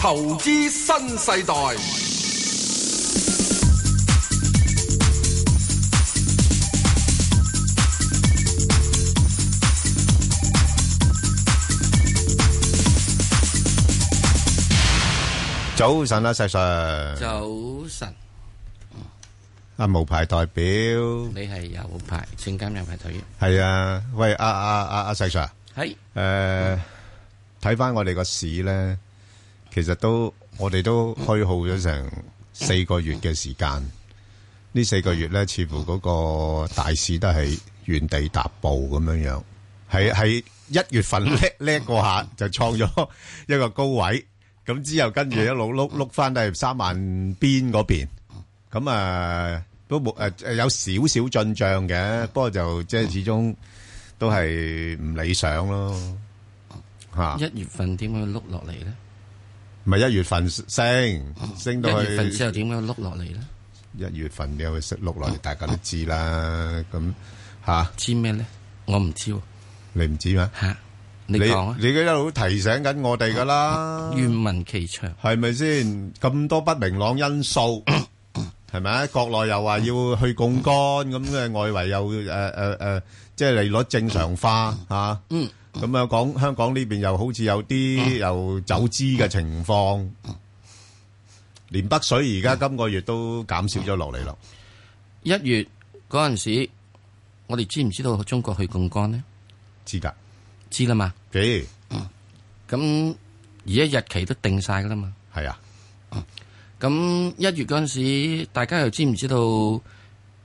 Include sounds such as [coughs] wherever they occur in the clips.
投資新世代。早晨啊，石Sir。早晨，啊，無牌代表。你係有牌，證監有牌隊係啊，喂，啊，啊，啊，啊，石Sir，係誒，睇返我哋個市呢，其實都-我哋都虛耗咗成四個月嘅時間。呢四個月呢，似乎嗰個大市都係原地踏步咁樣樣。係-係一月份叻- [laughs] 叻過下，就創咗一個高位。咁之後跟住一路碌-碌返都係30,000邊嗰邊。咁啊，都冇誒誒有少少進帳嘅，不過就即係始終都係唔理想咯嚇。一月份點樣碌落嚟咧？唔係一月份升升到一去月份之後點樣碌落嚟咧？一月份嘅佢碌落嚟，大家都知啦。嗯咁嚇知咩咧？我唔知喎你唔知咩？吓，你你講啊！哦你一路提醒緊我哋噶啦，願聞其詳，係咪先？咁多不明朗因素。 [coughs] 係咪啊？國內又話要去槓桿咁嘅，外圍又誒誒誒，即係利率正常化嚇。嗯。咁啊，講香港呢邊又好似有嗯啲又走資嘅情況，連北水而嗯家今個月都減少咗落嚟咯。一月嗰陣時，我哋知唔知道中國去槓桿咧？知㗎？知啦嘛，幾咁而家日期都定晒噶啦嘛。係啊？咁一月嗰陣時，大家又知唔知道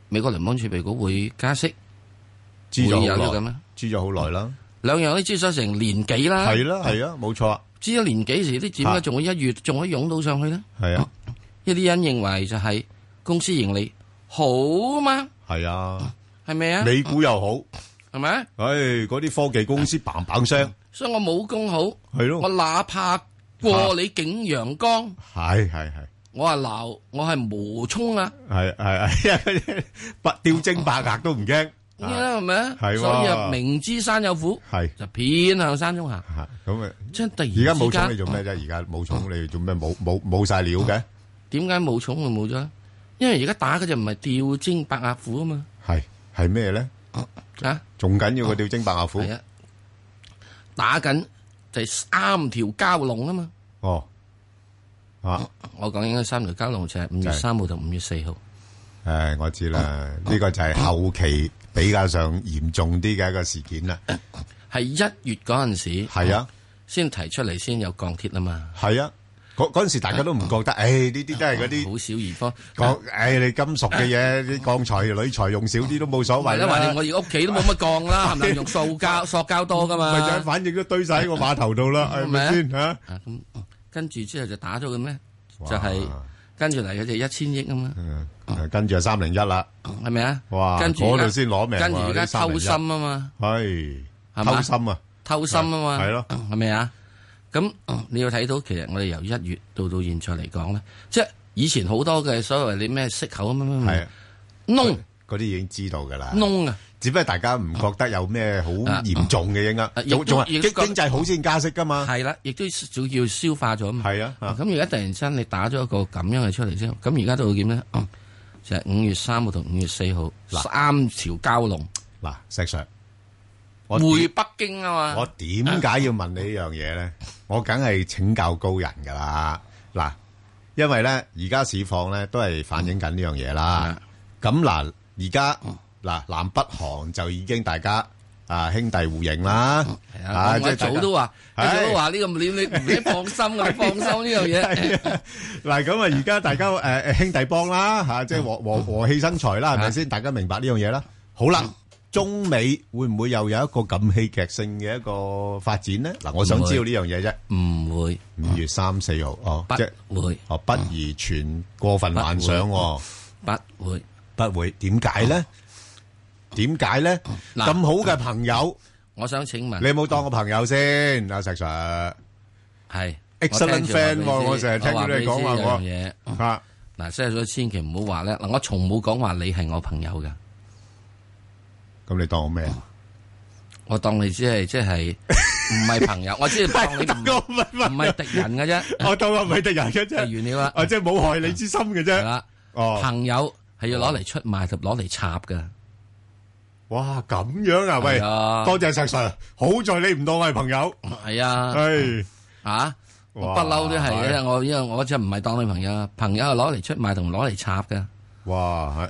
美國聯邦儲備局會加息？知咗會有咗好咁耐啊，知咗好耐啦。兩樣都知咗成年幾啦。係啦，係啊，冇錯啊，知咗年幾時啲點嚇解仲會一月仲可以湧到上去呢？係啊，一啲人認為就係公司盈利好嘛，係啊，係咪啊？美股又好，係咪啊？唉，嗰啲科技公司砰砰聲，所以我武功好，係我咯，哪怕過你景陽岡，係係係。我係鬧，我係無衝啊，係-係- [laughs] 係，白-吊睛白額都唔驚。咁樣係咪啊？係喎所以啊明知山有虎，係就偏向山中行。啊，咁啊，即係突然之間，而家冇寵你做咩啫？而家冇寵你做咩？冇-冇-冇晒料嘅？點解冇衝就冇咗呢？因為而家打嘅就唔係吊睛白額虎啊嘛，係-啊係咩呢？仲緊要過吊睛白額虎？係啊，打緊就係三條蛟龍啊嘛。我講應該三條交龍就係五月三號同五月四號，哦，啊，唉，我知啦，呢個就係後期比較上嚴重啲嘅一個事件啦。係啊，係啊，係啊，係啊，係啊，係一月嗰陣時先提出嚟，先有鋼鐵啊嘛，嗰-嗰陣時大家都唔覺得，唉，呢啲都係嗰啲好少兒科。鋼-唉，你金屬嘅嘢，啲鋼材、鋁材用少啲都冇所謂啦。為啦，話你我而家屋企都冇乜鋼啦，係咪用塑膠塑膠多噶嘛？咪就係反正都堆晒喺個碼頭度啦，係咪咪啊？先？嚇？啊咁，跟住之後就打咗佢咩？就係跟住嚟嘅就一千億啊嘛，哇，誒，跟住就301係咪啊？哇跟住而家嗰度先攞命喎跟住而家呢三零偷一心啊嘛，啦，係，係嘛？偷心啊，偷心啊嘛，係咯係咪啊？咁哦你要睇到，其實我哋由一月到到現在嚟講咧，即係以前好多嘅所謂你咩息口啊乜乜乜係啊，窿嗰啲已經知道㗎啦，窿啊！只不過大家唔覺得有咩好啊。嚴重嘅影響，啊，仲-亦都-仲話亦都經-覺得-經濟好先加息㗎嘛，系啦，亦都仲要消化咗啊嘛。係啊，啊，咁而家突然間你打咗一個咁樣嘅出嚟之後，咁而家到會點咧？嗯就係五月三號同五月四號嗱三條蛟龍嗱，石Sir，我回北京啊嘛。我點解要問你呢樣嘢咧？我梗係請教高人噶啦，嗱，因為咧而家市況咧都係反映緊呢樣嘢嗯啦。咁嗱，而家嗱南北韓就已經大家啊兄弟互認啦，係啊，我一大家早都 [laughs] 話，一係早都話呢個你你你你放心嘅，你放心呢樣 [laughs] 嘢。嗱，咁啊，而家大 [laughs] 家诶诶兄弟幫啦吓，即係和嗯和和氣生財啦，係咪先？大家明白呢樣嘢啦。好啦，中美會唔會又有一個咁戲劇性嘅一個發展咧？嗱，我想知道呢樣嘢啫。唔會，五月三四號哦，即係不會，哦，不宜全過分幻想喎，不會。不會點解咧？點解咧？嗱咁好嘅朋友，我想請問你有冇當我朋友先？阿石 Sir 係 Excellent 啊 friend 喎我成日聽到你講話我呢樣嘢。嚇，嗱，即係所以千祈唔好話咧。嗱，我從冇講話你係我朋友㗎。咁你當我咩？我當你只係即係唔係朋 [laughs] 友，我只係當你唔啊唔係敵人嘅啫，係完了啦，係啦，哦朋友係要攞嚟出賣同攞嚟插嘅，係啊，係啊，啊，我哦哇不嬲都係嘅，我因為我真係唔係當你朋友，朋友係攞嚟出賣同攞嚟插嘅，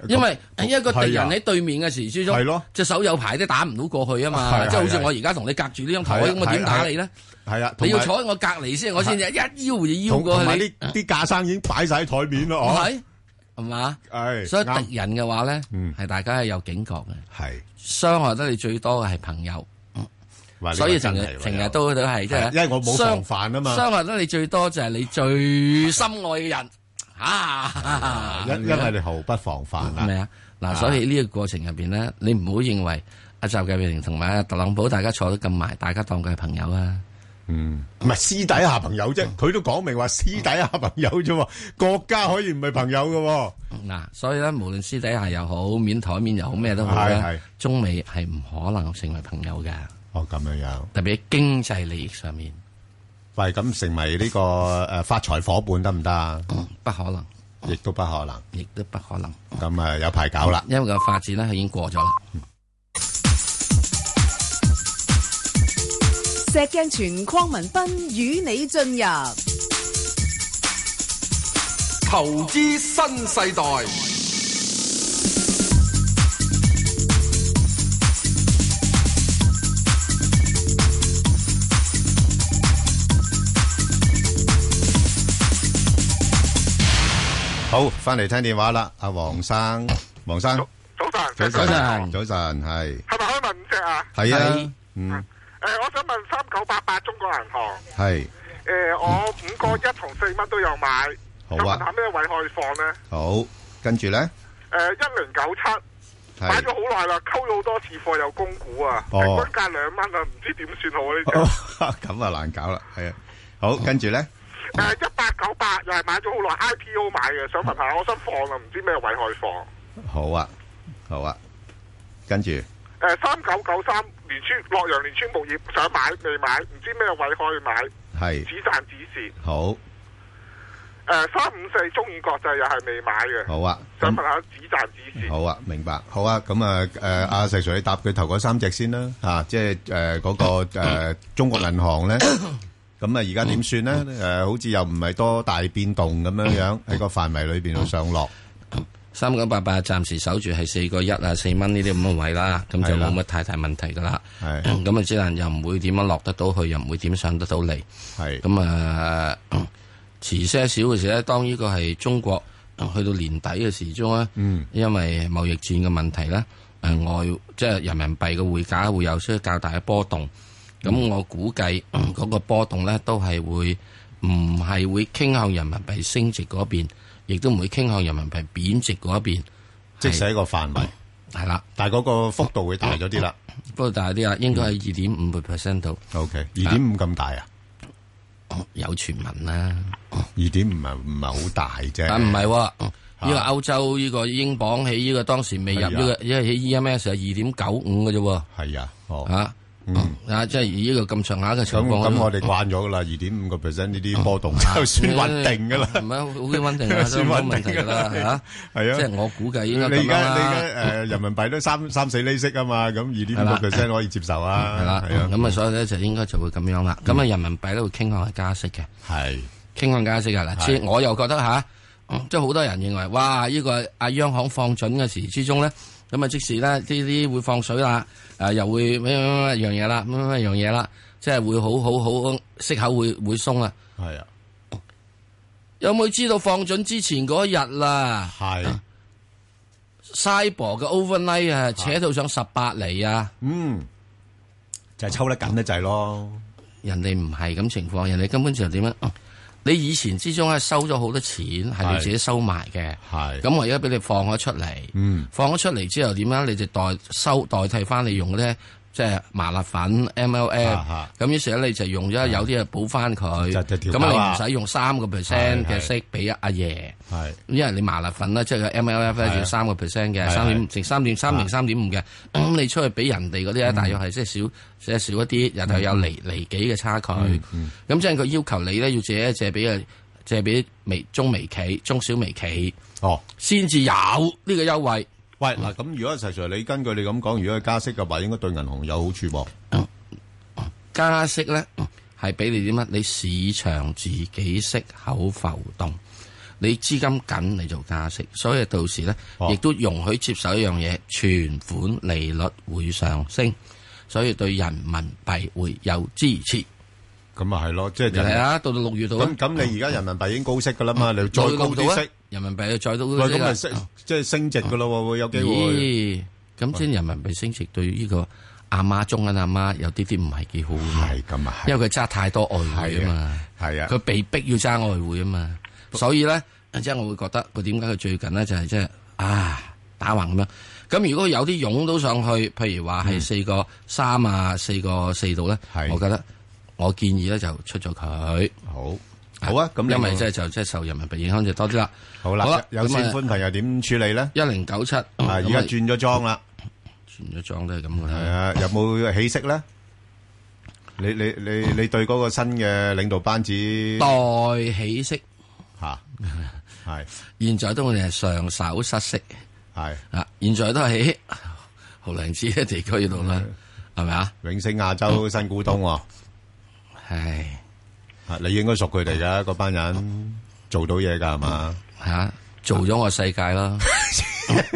因為一個敵人喺對面嘅時之中，隻手有排都打唔到過去啊嘛，係即係好係似係我而家同你隔住呢張台係啊咁，我點打係係你咧？你要坐喺我隔離先，我先至一腰就腰過去你，係係嘛？所以敵人嘅話咧，嗯係大家係有警覺嘅，傷害得你最多嘅係朋友，所以成日成日都都係即係，傷傷害得你最多就係你最心愛嘅人啊！係咪啊？嗱，所以呢個過程入邊咧，你唔好認為阿習近平同埋阿特朗普大家坐得咁埋，大家當佢係朋友啊！嗯，唔系私底下朋友啫，佢都講明話私底下朋友啫喎，國家可以唔係朋友嘅嗱，所以咧，無論私底下又好，面台面又好，咩都好係係咧，中美係唔可能成為朋友嘅，喎。哦，咁樣樣，特別喺經濟利益上面，喂，咁成為呢個诶发财伙伴得唔得啊？不可能，亦都不可能，亦都不可能，咁啊有排搞啦。因為個發展咧係已經過咗啦。石鏡泉邝文斌與你進入投資新世代，好，翻嚟聽電話啦，阿黃生，黃生，早晨，早早晨早晨，係係咪可以問五隻啊？係啊係，嗯，誒、我想問三九八八中國銀行，係誒、我五個一同四蚊都有買，嗯好想啊問下咩位可以放呢？好，跟住咧誒一零九七買係咗好耐啦，溝咗好多次貨有供股啊，哦平均價兩蚊啊，唔知點算好呢哦 [laughs] 咁啊難搞啦，係啊，好，跟住咧只？誒一八九八又係買咗好耐 IPO 買嘅，想問下哦我想放啊，唔知咩位可以放？好啊，好啊，跟住誒三九九三連村洛陽連村木業想買未買，唔知咩位可以買？係止賺止蝕。好，誒三五四中遠國際又係未買嘅。好啊，想問下指贊指示。好啊，明白。好啊，咁啊，誒、阿石 Sir，你答佢頭嗰三隻先啦，嚇、即係誒嗰個、誒中國銀 [coughs] 行咧，咁啊，而家點算咧？誒、好似又唔係多大變動咁樣 [coughs] 樣喺個範圍裏邊度上落，三九八八暫時守住係四個一啊，四蚊呢啲咁嘅位啦，咁就係啦冇乜太大問題噶啦。係 [coughs] 咁啊，之但又唔會點樣落得到去，又唔會點上得到嚟。係咁啊，遲些少嘅時咧，當呢個係中國呃去到年底嘅時鐘咧，啊嗯因為貿易戰嘅問題咧，誒、呃外即係人民幣嘅匯價會有些較大嘅波動。咁我估計呃嗰、個波動咧都係會唔係會傾向人民幣升值嗰邊，亦都唔會傾向人民幣貶值嗰邊。即使喺個範 [coughs] 圍，係啦，但係嗰個幅度會大咗啲啦。不過大啲啦，應該係二點五個 percent 度呃 OK，二點五咁大啊？有傳聞啦。二點五唔係唔係好大啫，但啊唔係喎，呢個歐洲呢個英鎊喺呢個當時未入呢啊係個，因為喺 EMS 係二點九五嘅啫係啊，哦喎，。啊啊，即係以呢個咁上下嘅情咁況。咁，我哋慣咗噶啦，二點五個 percent 呢啲波動就算穩定噶啦。唔係好穩定 [laughs] 啊，都算冇穩問題定㗎㗎啦啦嚇。係啊即係我估計應該咁你而家-樣啦。你而家，誒，人民幣都三-三四厘息啊嘛，咁2.5%可以接受啊，係啦，係啊。咁啊，所以咧就應該就會咁樣啦。咁啊，人民幣咧會傾向係加息嘅。傾向加息啊噶嗱，係即係我又覺得吓，即係好多人認為，哇！呢、個阿央行放準嘅時之中咧，咁啊即時咧呢啲會放水啦，誒、又會咩咩咩樣嘢啦，咩咩咩樣嘢啦，即係會好好好息口會會鬆啦。有冇知道放準之前嗰一日啦係，係，係，嗯， ，Cyber 嘅 overnight 啊，扯到上十八厘啊！就係抽得緊得滯咯，係，人哋唔係咁情況，人哋根本就點樣？你以前之中係收咗好多錢，係係你自己收埋嘅。咁我而家俾你放咗出嚟，嗯放咗出嚟之後點樣？你就代收代替翻你用咧即係麻辣粉 MLM，咁於是咧你就用咗有啲嘢補翻佢，啊就就調咁價啊你唔啦使用三個 percent 嘅係係息俾阿爺，係因為你麻辣粉啦，即係個 MLF 係啊咧要三個 percent 嘅，係係三點啊嗯成三點三零三點五嘅，咁你出去俾人哋嗰啲咧，大約係即係少即係少一啲，又係有離離幾嘅差距，嗯咁即係佢要求你咧要借一借俾啊借俾微中微企、中小微企，哦，先至有呢個優惠。喂，嗱，咁如果實 Sir 你根據你咁講，如果佢加息嘅話，應該對銀行有好處噃。加息咧係俾你點啊？你市場自己息口浮動，你資金緊嚟做加息，所以到時咧哦亦都容許接受一樣嘢，存款利率會上升，所以對人民幣會有支持。咁啊係咯，即係你睇啊，到到六月度啊咁咁，你而家人民幣已經高息噶啦嘛，你再六月高六度啊啲息，人民幣再到喂，咁咪高息升啦即係升值噶咯，會有機會。咦？咁即係人民幣升值對呢個阿媽中銀阿媽有啲啲唔係幾好㗎嘛係咁啊，係因為佢揸太多外匯啊嘛。係啊佢，被逼要揸外匯啊嘛，所以咧，即係我會覺得佢點解佢最近咧就係即係啊打橫咁樣。咁如果有啲湧到上去，譬如話係四個三啊，四個四度咧嗯係，我覺得我建議咧就出咗佢。好，好啊，咁因為你即係就即係受人民幣影響就多啲啦。好啦，有先款朋友點處理咧？一零九七，嗯啊，而家轉咗裝啦，轉咗裝都係咁噶係啦。啊，有冇起色咧？你你你你對嗰個新嘅領導班子代起息，嚇係現在都我哋係上手失色係啊！現在都係喺 [laughs] 豪良子嘅地區度啦，係咪啊？永星亞洲新股東喎。唉。啊你應該熟佢哋㗎，嗰班人做到嘢㗎係嘛？吓、啊做咗我世界啦， [laughs]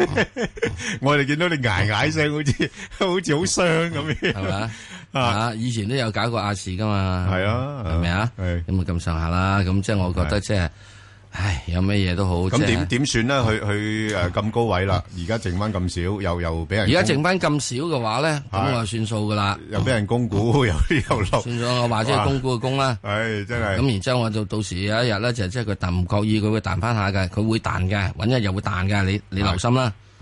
我哋見到你捱捱聲，好 [laughs] 似好似好傷咁係樣。咪啊？以前都有搞過亞視噶嘛，係啊係咪啊？係咁咪咁上下啦。咁即係我覺係得即係，唉，有咩嘢都好。咁即係點點算咧？佢佢誒咁高位啦，而家剩翻咁少，又又俾人而家供剩翻咁少嘅話咧，咁係我就算數噶啦，又俾人供 [laughs] 股，又又落，算咗我話即係供股嘅供啦。唉真啊係咁然之後，我就到時有一日咧，就即係佢彈唔覺意，佢會彈翻下嘅，佢會彈嘅，揾日又會彈嘅，你你留心啦，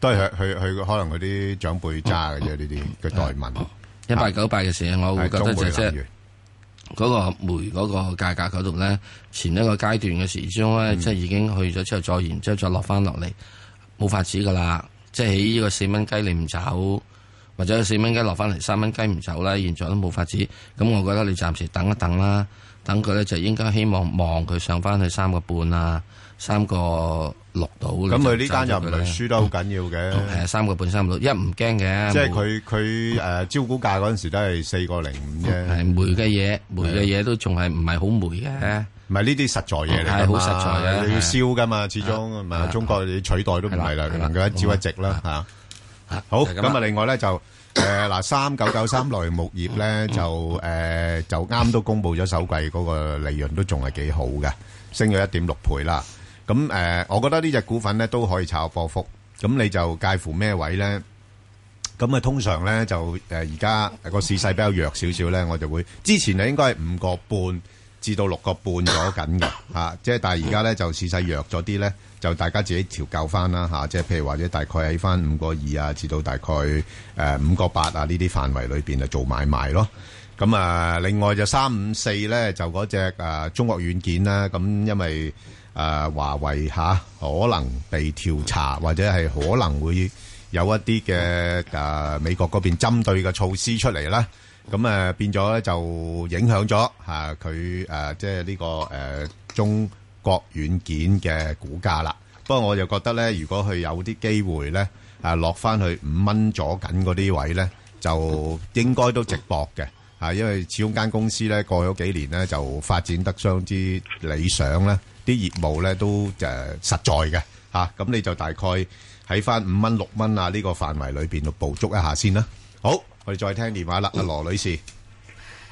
都係佢佢佢可能佢啲長輩揸嘅啫，呢啲嘅代問。一八九八嘅時嗯哦候，我會係覺中得煤就即能係源嗰個煤嗰個價格嗰度咧，前一個階段嘅時鐘嗯咧，即係已經去咗之後，再然之後再落翻落嚟，冇法子噶啦。即係喺呢個四蚊雞你唔走，或者四蚊雞落翻嚟三蚊雞唔走啦，現在都冇法子。咁我覺得你暫時等一等啦，等佢咧就應該希望望佢上翻去三個半啊，三個六度。咁佢你呢單就走咗又唔佢啦哦係輸得好緊要嘅，係啊三個半三個六，一唔驚嘅。即係佢佢誒招股價嗰陣時都係四個零五係啫，煤嘅嘢，煤嘅嘢都仲係唔係好煤嘅。唔係呢啲實在嘢嚟㗎係嘛好實在嘅你要係燒㗎嘛，始終唔係中國你取代都唔係啦，係啦能夠一朝一夕啦嚇。好，就係咁咁啦啊，另外咧就誒嗱，三九九三內木業咧就誒就啱都公布咗首季嗰個利潤都仲係幾好嘅，升咗一點六倍啦。咁誒，我覺得呢只股份咧都可以炒波幅，咁你就介乎咩位咧？咁啊，通常咧就誒呃而家個市勢比較弱少少咧，我就會之前咧應該係五個半至到六個半咗緊嘅嚇，即係但係而家咧就市勢弱咗啲咧，就大家自己調校翻啦嚇，即係譬如或者大概喺翻五個二啊，至到大概誒五個八啊呢啲範圍裏邊啊做買賣咯。咁啊，另外就三五四咧，就嗰只誒中國軟件啦。咁因為誒、呃、華為嚇、可能被調查，或者係可能會有一啲嘅誒美國嗰邊針對嘅措施出嚟啦。咁誒、呃、變咗咧就影響咗嚇佢誒即係呢個誒、呃中國軟件嘅股價啦。不過我就覺得咧，如果佢有啲機會咧，啊落翻去五蚊左緊嗰啲位咧，就應該都直搏嘅。啊，因為始終間公司咧過咗幾年咧就發展得相之理想咧，啲業務咧都誒、呃、實在嘅嚇。咁、你就大概喺翻五蚊六蚊啊呢個範圍裏邊度捕捉一下先啦。好，我哋再聽電話啦，阿羅女士，系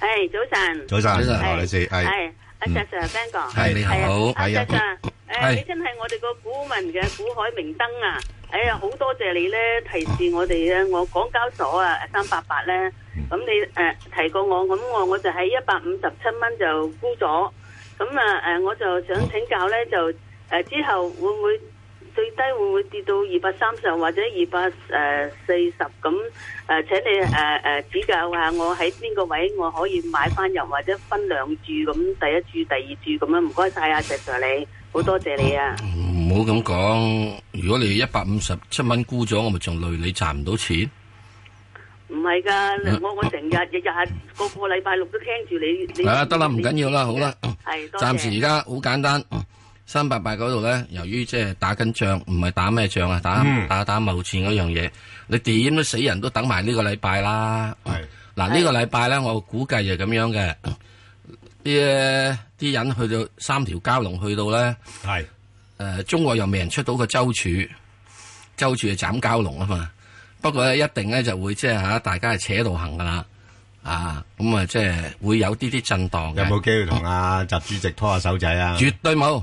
早晨，早晨係羅女士係係阿嗯 Sir Sir Ben 哥，係你好係啊阿係啊 Sir Sir，係誒你真係我哋個股民嘅股海明燈啊！哎呀，好多謝你咧提示我哋咧，我港交所啊三八八咧，嗯咁你誒提過我，咁我我就喺一百五十七蚊就沽咗，咁啊誒我就想請教咧就誒之後會唔會最低會唔會跌到二百三十或者二百誒呃四十咁？誒請你誒誒指教下我喺邊個位我可以買翻入或者分兩注咁，第一注、第二注咁樣，唔該晒啊石 Sir 你，好多謝你啊！唔好咁講。如果你一百五十七蚊沽咗，我咪仲累你賺唔到錢。唔係㗎，我我成日日日係個個禮拜六都聽住你你。啊，得啦，唔緊要啦，嗯好啦。係多謝暫時而家好簡單，嗯三八八嗰度咧，由於即係打緊仗，唔係打咩仗啊，打、嗯打打貿戰嗰樣嘢，你點都死人都等埋呢個禮拜啦。嗯嗱，呢個禮拜咧，我估計就咁樣嘅，啲啲人去到三條蛟龍去到咧，係誒中國又未人出到個周處，周處就斬蛟龍啊嘛。不過咧，一定咧就會即係嚇大家係扯路行噶啦，啊咁啊即係會有啲啲震盪嘅。有冇機會同阿習主席拖下手仔啊？絕對冇，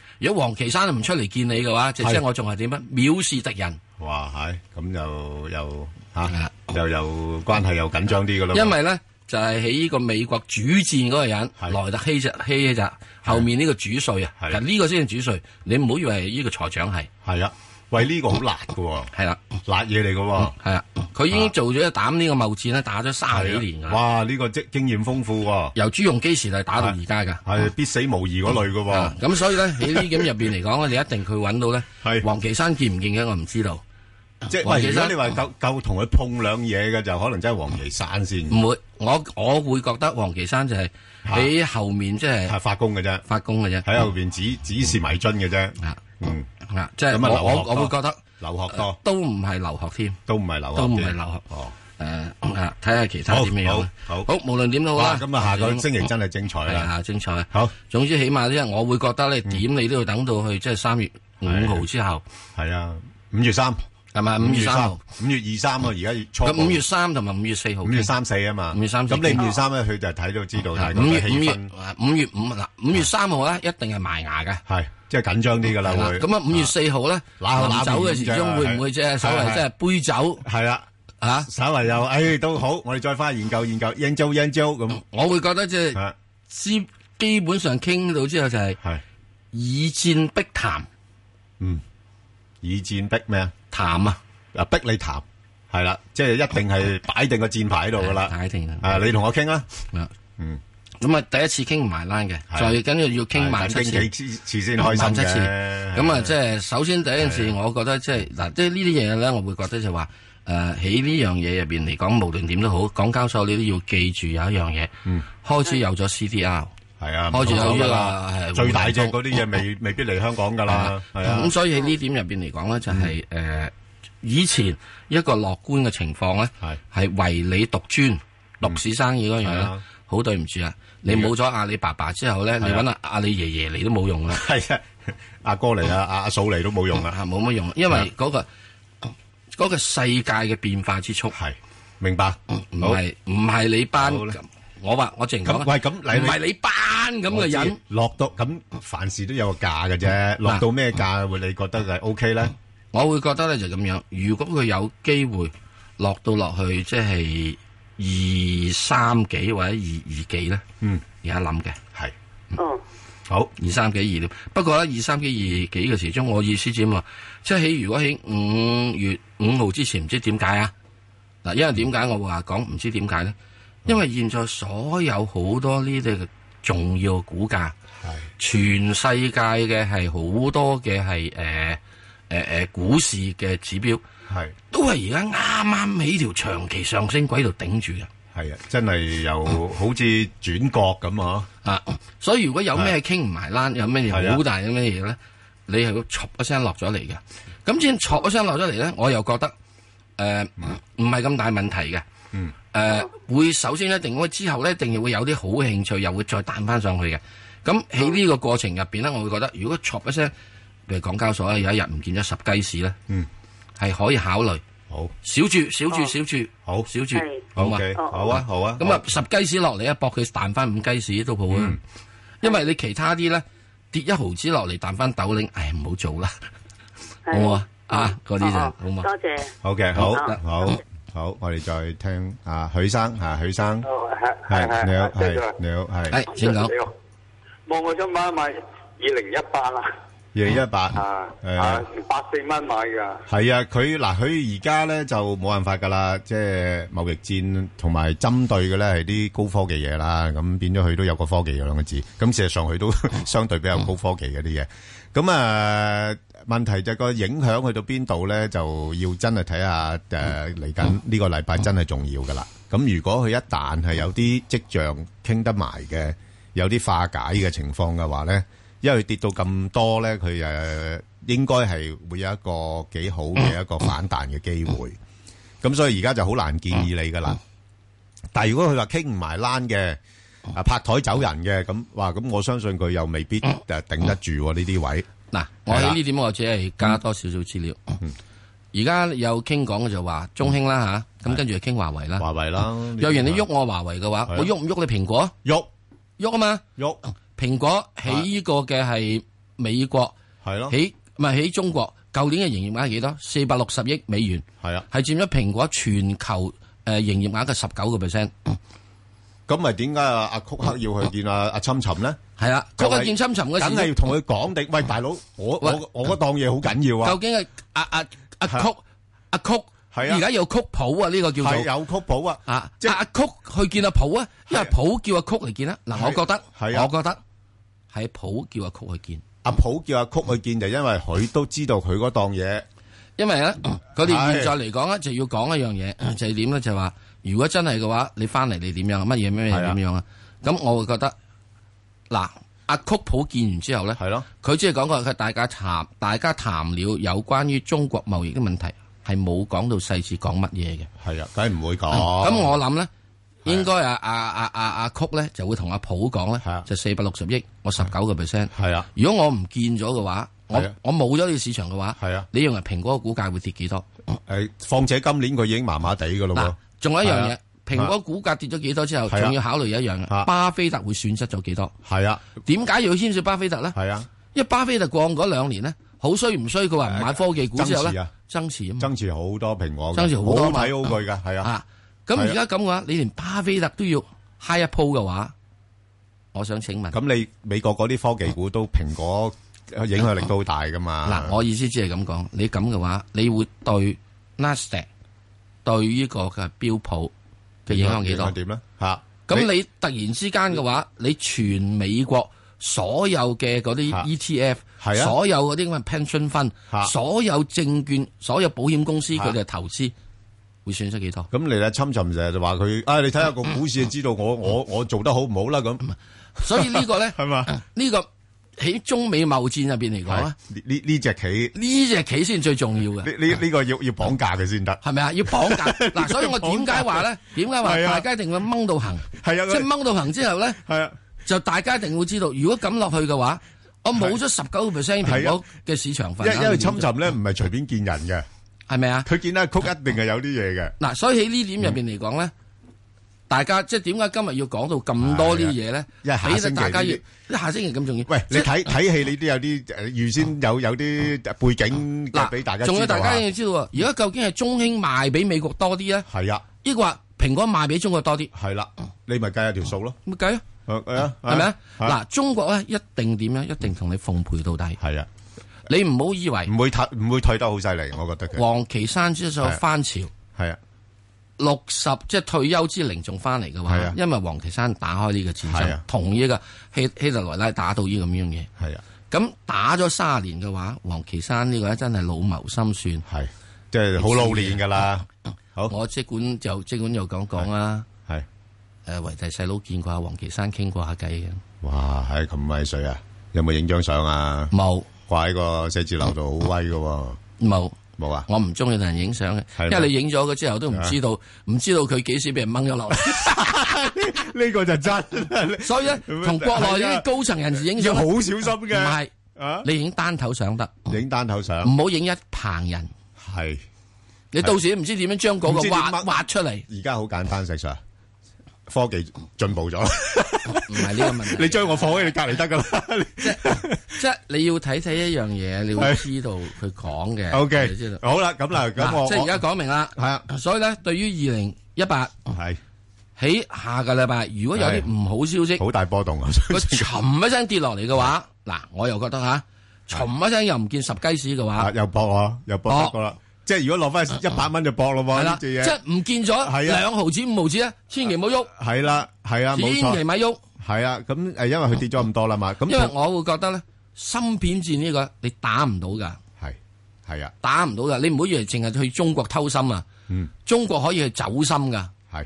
如果黃岐山唔出嚟見你嘅話，就即係我仲係點啊？藐視敵人。哇，係咁又又嚇，又又關係又緊張啲嘅咯。因為咧就係喺呢個美國主戰嗰個人萊特希澤希澤後面呢個主帥啊，嗱呢個先係主帥，你唔好以為呢個財長係。係啊，喂呢個好辣嘅喎，係啦，辣嘢嚟嘅喎，係啊，佢已經做咗膽呢個貿戰咧，打咗三十幾年㗎啦。哇！呢個即經驗豐富喎，由朱鎔基時代打到而家㗎，啊係啊必死無疑嗰類嘅啊喎。咁所以咧喺呢咁入邊嚟講咧，你一定佢揾到咧。係黃岐山見唔見嘅我唔知道。即係喂，如果你話夠夠同佢碰兩嘢嘅，就可能真係黃岐山先。唔會，我我會覺得黃岐山就係喺後面即係發功嘅啫，發功嘅啫，喺後邊指指示迷津嘅啫。啊，嗯，啊，即係咁啊我留學我多我會覺得留學多，都唔係留學添，都唔係留學嗯都唔係添留學。哦，誒啊，睇下其他好點樣樣啦。好好，無論點都好哇啦。嗯咁啊，下個星期真係精彩係啦。啊，精彩。好，總之起碼咧，我會覺得咧點你都要等到去即係三月五號之後。嗯係啊，五月三係咪？五月三號。，嗯五月二三啊，而家初咁五月三同埋五月四號。五月三四啊嘛，五月三四咁你五月三咧，佢就睇到知道大啊概五月嘅氣五月氛，啊五月五嗱五月三號咧一定係埋牙嘅。係即係緊張啲噶啦係啦會。咁啊，五月四號咧，嗱嗱臨走嘅時啊鐘會唔會即係所謂即係杯酒？係啦，啊，稍為又誒都好，我哋再翻研究研究，yen 周 yen 周咁。我會覺得即係基基本上傾到之後就啊係以戰逼談，以戰逼咩啊？談啊！啊，逼你談係啦，即係一定係嗯擺定個箭牌喺度噶啦。擺定啊，你同我傾啦。嗯，咁啊，第一次傾唔埋單嘅，係再跟住要傾萬係七等次，傾幾次先開心嘅萬七次。係咁啊，即係首先第一件事，我覺得即係嗱，即係呢啲嘢咧，我會覺得就話誒喺呢樣嘢入邊嚟講，無論點都好，港交所你都要記住有一樣嘢，開始有咗 CDR，係嗯啊，開始有唔同㗎呢個啦係最大隻嗰啲嘢未未必嚟香港噶啦。係啊嗯咁，所以喺呢點入邊嚟講咧，就係誒以前一個樂觀嘅情況咧，係唯你獨尊、獨市生意嗰樣嗯嘢係咧啊，好對唔住啊！你冇咗阿里爸爸之後咧，你係啊揾阿阿里爺爺嚟都冇用啦。係啊，阿哥嚟啊，阿阿嫂嚟都冇用啊，冇乜用，因為嗰個嗰個世界嘅變化之速係明白，唔係唔係你班嗯好啦。我話我淨咁講，啊喂咁你唔係你班咁我嘅知人，落到咁，凡事都有個價嘅啫。落到咩價會你覺得係 O K 咧？我會覺得咧就咁樣。如果佢有機會落到落去，即係二三幾或者二二幾咧，嗯，而家諗嘅係哦，好二三幾二點。不過咧，二三幾二幾嘅時鐘，我意思點啊？即係喺如果喺五月五號之前，唔知點解啊？嗱，因為點解我會話講唔知點解咧？因為現在所有好多呢啲嘅重要嘅股價，全世界嘅係好多嘅係誒誒誒股市嘅指標，係都係而家啱啱喺條長期上升軌度頂住嘅。系啊，真係又好似轉角咁啊！啊，所以如果有咩傾唔埋欄，有咩係啊嘢好大嘅咩嘢咧，你係會戳一聲落咗嚟嘅。咁先戳一聲落咗嚟咧，我又覺得誒唔唔係咁大問題嘅。嗯。誒會首先一定會之後咧，一定會有啲好興趣，又會再彈翻上去嘅。咁嗯喺呢個過程入邊咧，我會覺得如果戳一聲，譬如港交所咧有一日唔見咗十雞屎咧，嗯，係可以考慮。好，小注小注小注，好小注係，好嘛 OK，好啊好嗯啊咁啊，十雞屎落嚟啊，搏佢彈翻五雞屎都好啊。因為你其他啲咧跌一毫子落嚟彈翻豆領，唉唔好做啦，係嗯哦好唔好啊？啊嗰啲就好嘛。多謝。好嘅，好，好好，好，我哋再聽啊，許生啊，許生，哦係係你好，係你好，係係請講。你好，望我想買一買二零一八啦，二零一八，啊誒啊。八四蚊買㗎，係啊，佢嗱佢而家咧就冇辦法噶啦，即係貿易戰同埋針對嘅咧係啲高科技嘢啦，咁變咗佢都有個科技兩個字，咁事實上 [laughs] 佢都相對比較高科技嗰啲嘢。咁啊、問題就個影響去到邊度咧，就要真係睇下誒嚟緊嗯呢個禮拜真係重要噶啦。咁如果佢一旦係有啲跡象傾得埋嘅，有啲化解嘅情況嘅話咧，因為跌到咁多咧，佢誒應該係會有一個幾好嘅一個反彈嘅機會。咁所以而家就好難建議你噶啦。但係如果佢話傾唔埋欄嘅，啊拍台走人嘅，咁哇咁我相信佢又未必誒頂得住喎呢啲位。嗱，我喺呢點我只係加多少少資料。嗯而家有傾講嘅就話中興啦吓，咁跟住就傾華為啦。嗯華為啦，若然你喐我華為嘅係話，啊我喐唔喐你蘋果？喐喐啊嘛，喐，蘋果喺呢個嘅係美國。係咯，喺唔係喺中國，舊年嘅營業額係幾多？四百六十億美元，係啊。係佔咗蘋果全球誒營業額嘅十九個 percent。咁咪點解啊阿曲克要去見阿阿侵沉咧？係啦，就嗰係個見深沉梗嘅係要時，同佢講定，喂大佬，我我我嗰檔嘢好緊要啊究，竟係阿阿阿係曲阿曲，係啊而家有曲譜啊，呢個叫係做有曲譜啊。啊，即係阿阿曲去見阿譜啊，因為係啊譜叫阿曲嚟見啦。嗱，係我覺得，係啊我覺得係譜叫阿曲去見，阿普叫阿曲去見，就因為佢都知道佢嗰檔嘢因 [coughs] 為咧，佢哋係嗯現在嚟講咧，就要講一樣嘢，就係點咧，就係話如果真係嘅話，你翻嚟你點樣，乜嘢咩係啊嘢點樣啊？咁我會覺得嗱，阿曲普見完之後咧，係咯，佢只係講過佢大家談，大家談了有關於中國貿易嘅問題，係冇講到細節講乜嘢嘅。係啊，梗係唔會講。咁我諗咧，應該啊啊啊啊阿曲咧就會同阿普講係啊咧，就四百六十億，我十九個 percent。係啊，如果我唔見咗嘅話，我係啊我冇咗呢個市場嘅話，係啊你認為蘋果嘅股價會跌幾多？誒，況且今年佢已經麻麻地噶咯嗱喎，，仲有一樣係嘢啊，蘋果股價跌咗幾多之後，係啊仲要考慮一樣啊嘅，巴菲特會損失咗幾多？係啊，點解要牽涉巴菲特咧？係啊，因為巴菲特過往嗰兩年咧，好衰唔衰？佢話唔買科技股之後增持咧啊，增持啊嘛，增持好多蘋果嘅，增持好多嘛好睇好佢㗎，係啊，啊，咁而家咁嘅話，你連巴菲特都要 high 一鋪嘅話，我想請問，咁你美國嗰啲科技股都蘋果呃影響力都好大噶嘛？嗱，我意思只係咁講，你咁嘅話，你會對 Nasdaq 對呢個嘅標普嘅影響幾多？點咧？嚇，咁你突然之間嘅話，你全美國所有嘅嗰啲嚇 ETF，、係啊所有嗰啲咁嘅 pension fund，、嚇所有證券、所有保險公司嚇佢哋嘅投資會損失幾多？咁你咧侵沉成日就話佢，啊，你睇下個股市就知道我我我做得好唔好啦咁，所以呢個咧， [laughs] 係嘛？呢個喺中美貿戰入邊嚟講係呢咧，呢呢只棋，呢只棋先最重要呢嘅。呢呢個要要綁架佢先得。係咪啊？要綁 [laughs] 架嗱，所以我點解話咧？點解話係啊大家一定會掹到行？係啊即係掹到行之後咧，係啊。就大家一定會知道，如果咁落去嘅話，我冇咗十九個 percent 蘋啊果嘅市場份因額，因為侵沉咧唔係隨便見人嘅，係咪啊？佢見得曲一定係有啲嘢嘅。嗱，所以喺呢嗯點入邊嚟講咧，大家即係點解今日要講到咁多呢啲嘢咧？係啊因為下星期俾大家要呢下星期咁重要。喂，你即係睇睇戲你都有啲呃預先有有啲背景嘅俾大家知嗱，仲有道大啊家。要知道喎，而家究竟係中興賣俾美國多啲咧，係啊，抑或蘋果賣俾中國多啲？係啦，你咪計下條數咯。咁咪計啊，係係啊，係咪啊？係啊嗱，中國咧一定點咧？一定同你奉陪到底。係啊，你唔好以為唔會退唔會退得好犀利，我覺得嘅。黃岐山之所以翻朝係啊，六十即係退休之齡仲翻嚟嘅話係啊，因為黃岐山打開呢個戰係啊爭，同呢個希希特萊拉打到呢咁樣嘢。係啊，咁打咗卅年嘅話，黃岐山呢個咧真係老謀深算。係，即係好老練㗎啦。好，我即管就即管又講講啦，係诶維弟細佬見過阿黃岐山傾過下偈嘅。哇，系咁威水啊！有冇影張相啊？冇，挂喺個寫字樓度好威噶喎。冇冇啊？我唔中意同人影相係啊嘅，咩因為你影咗佢之後都唔知道，唔知道佢幾時俾人掹咗落 [laughs] 嚟。呢個就真。 [laughs] 所以咧，同國內啲高層人士影相啊要好小心嘅唔係啊，你影單頭相得，影單頭相唔好影一棚人。係。你到時都唔知點樣將嗰唔知個點挖掹挖 [laughs] 出嚟，而家好簡單，石 Sir。科技進步咗，唔係呢個問題。 [laughs] 你將我放喺你隔離得噶啦。 [laughs] 即係你要睇睇一樣嘢，你會係知道佢講嘅。 O 你 K，知道。好啦，咁啦，咁嗱我即係而家講明啦。係啊，所以咧，對於二零一八係喺下個禮拜，如果有啲唔好消息，好大波 [laughs] 動啊！ [laughs] 佢沉一聲跌落嚟嘅話，嗱，我又覺得吓，沉一聲又唔見十雞屎嘅啊話，又搏啊，又搏搏啊得過啦。即係如果落翻一百蚊就搏咯係喎，啦呢，即隻嘢係唔見咗係啊兩毫子五毫子咧，千祈唔好喐，係啦，係啊，冇千祈錯，咪喐，係啊。咁誒，因為佢跌咗咁多啦嘛，咁因為同我會覺得咧，芯片戰呢個你打唔到㗎。係係啊，打唔到噶，你唔好以為淨係去中國偷心啊！嗯中國可以去走心噶，係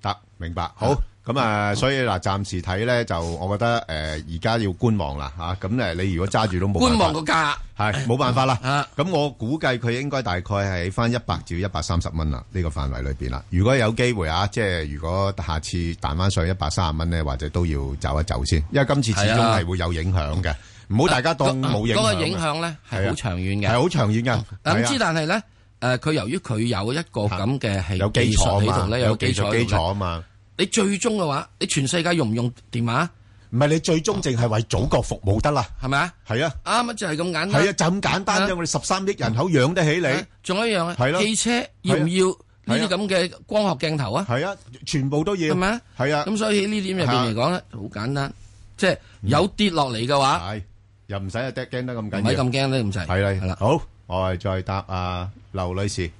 得明白。好咁啊，所以嗱，暫時睇咧就，我覺得誒而家要觀望啦嚇。咁誒，你如果揸住都冇辦觀法望個價係冇辦法啦。啊！咁我估計佢應該大概係翻一百至一百三十蚊啦，呢、個範圍裏邊啦。如果有機會啊，即係如果下次彈翻上一百三十蚊咧，或者都要走一走先，因為今次始終係啊係會有影響嘅，唔好大家當冇影響嗰啊。個影響咧係係啊好長遠係嘅。好長遠㗎。咁係之啊但係咧，誒佢由於佢有一個咁嘅係有基術礎喺啊度嘛，咧，有技基術礎基喺度礎呢啊嘛。你最終嘅話，你全世界用唔用電話唔係你最終淨係為祖國服務得啦，係咪啊？係啊，啱啊，就係咁簡係啊，單。就咁簡單啫。啊我哋十三億人口養得起你，仲有一樣係咯啊，汽車要唔要呢啲咁嘅光學鏡頭啊？係啊，全部都要係咪啊？係啊，咁所以呢點入邊嚟講咧，好簡單，即係有跌落嚟嘅話，係又唔使啊，驚得咁唔緊係要。咁驚咧咁滯。係啦，係啦。好，我哋再答啊，劉女士。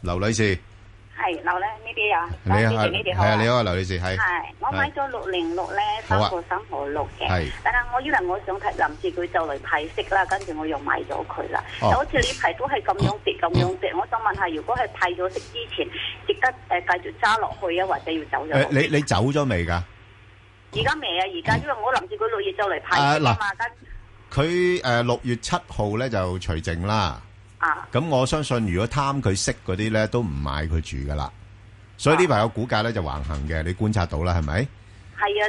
劉女士，系劉咧呢啲啊，你啊，呢啲呢啲好啊。係啊，你好啊，劉女士，係。系，我買咗六零六咧，好三啊個三號六嘅係，但係我以為我想睇，諗住佢就嚟派息啦，跟住我又買咗佢啦。哦就好似呢排都係咁樣 [coughs] 跌，咁樣跌。我想問下，如果係派咗息之前，值得诶繼續揸落去啊，或者要走咗？誒，你-你走咗未㗎？佢，嗯而家未啊？而家因為我諗住佢六月就嚟派息啊嘛，跟誒，6月7號呢，就除淨啦。咁我相信如果貪佢息嗰啲呢，都唔買佢住㗎啦。所以呢啊排個股價呢，就橫行嘅，你觀察到啦，係咪？誒，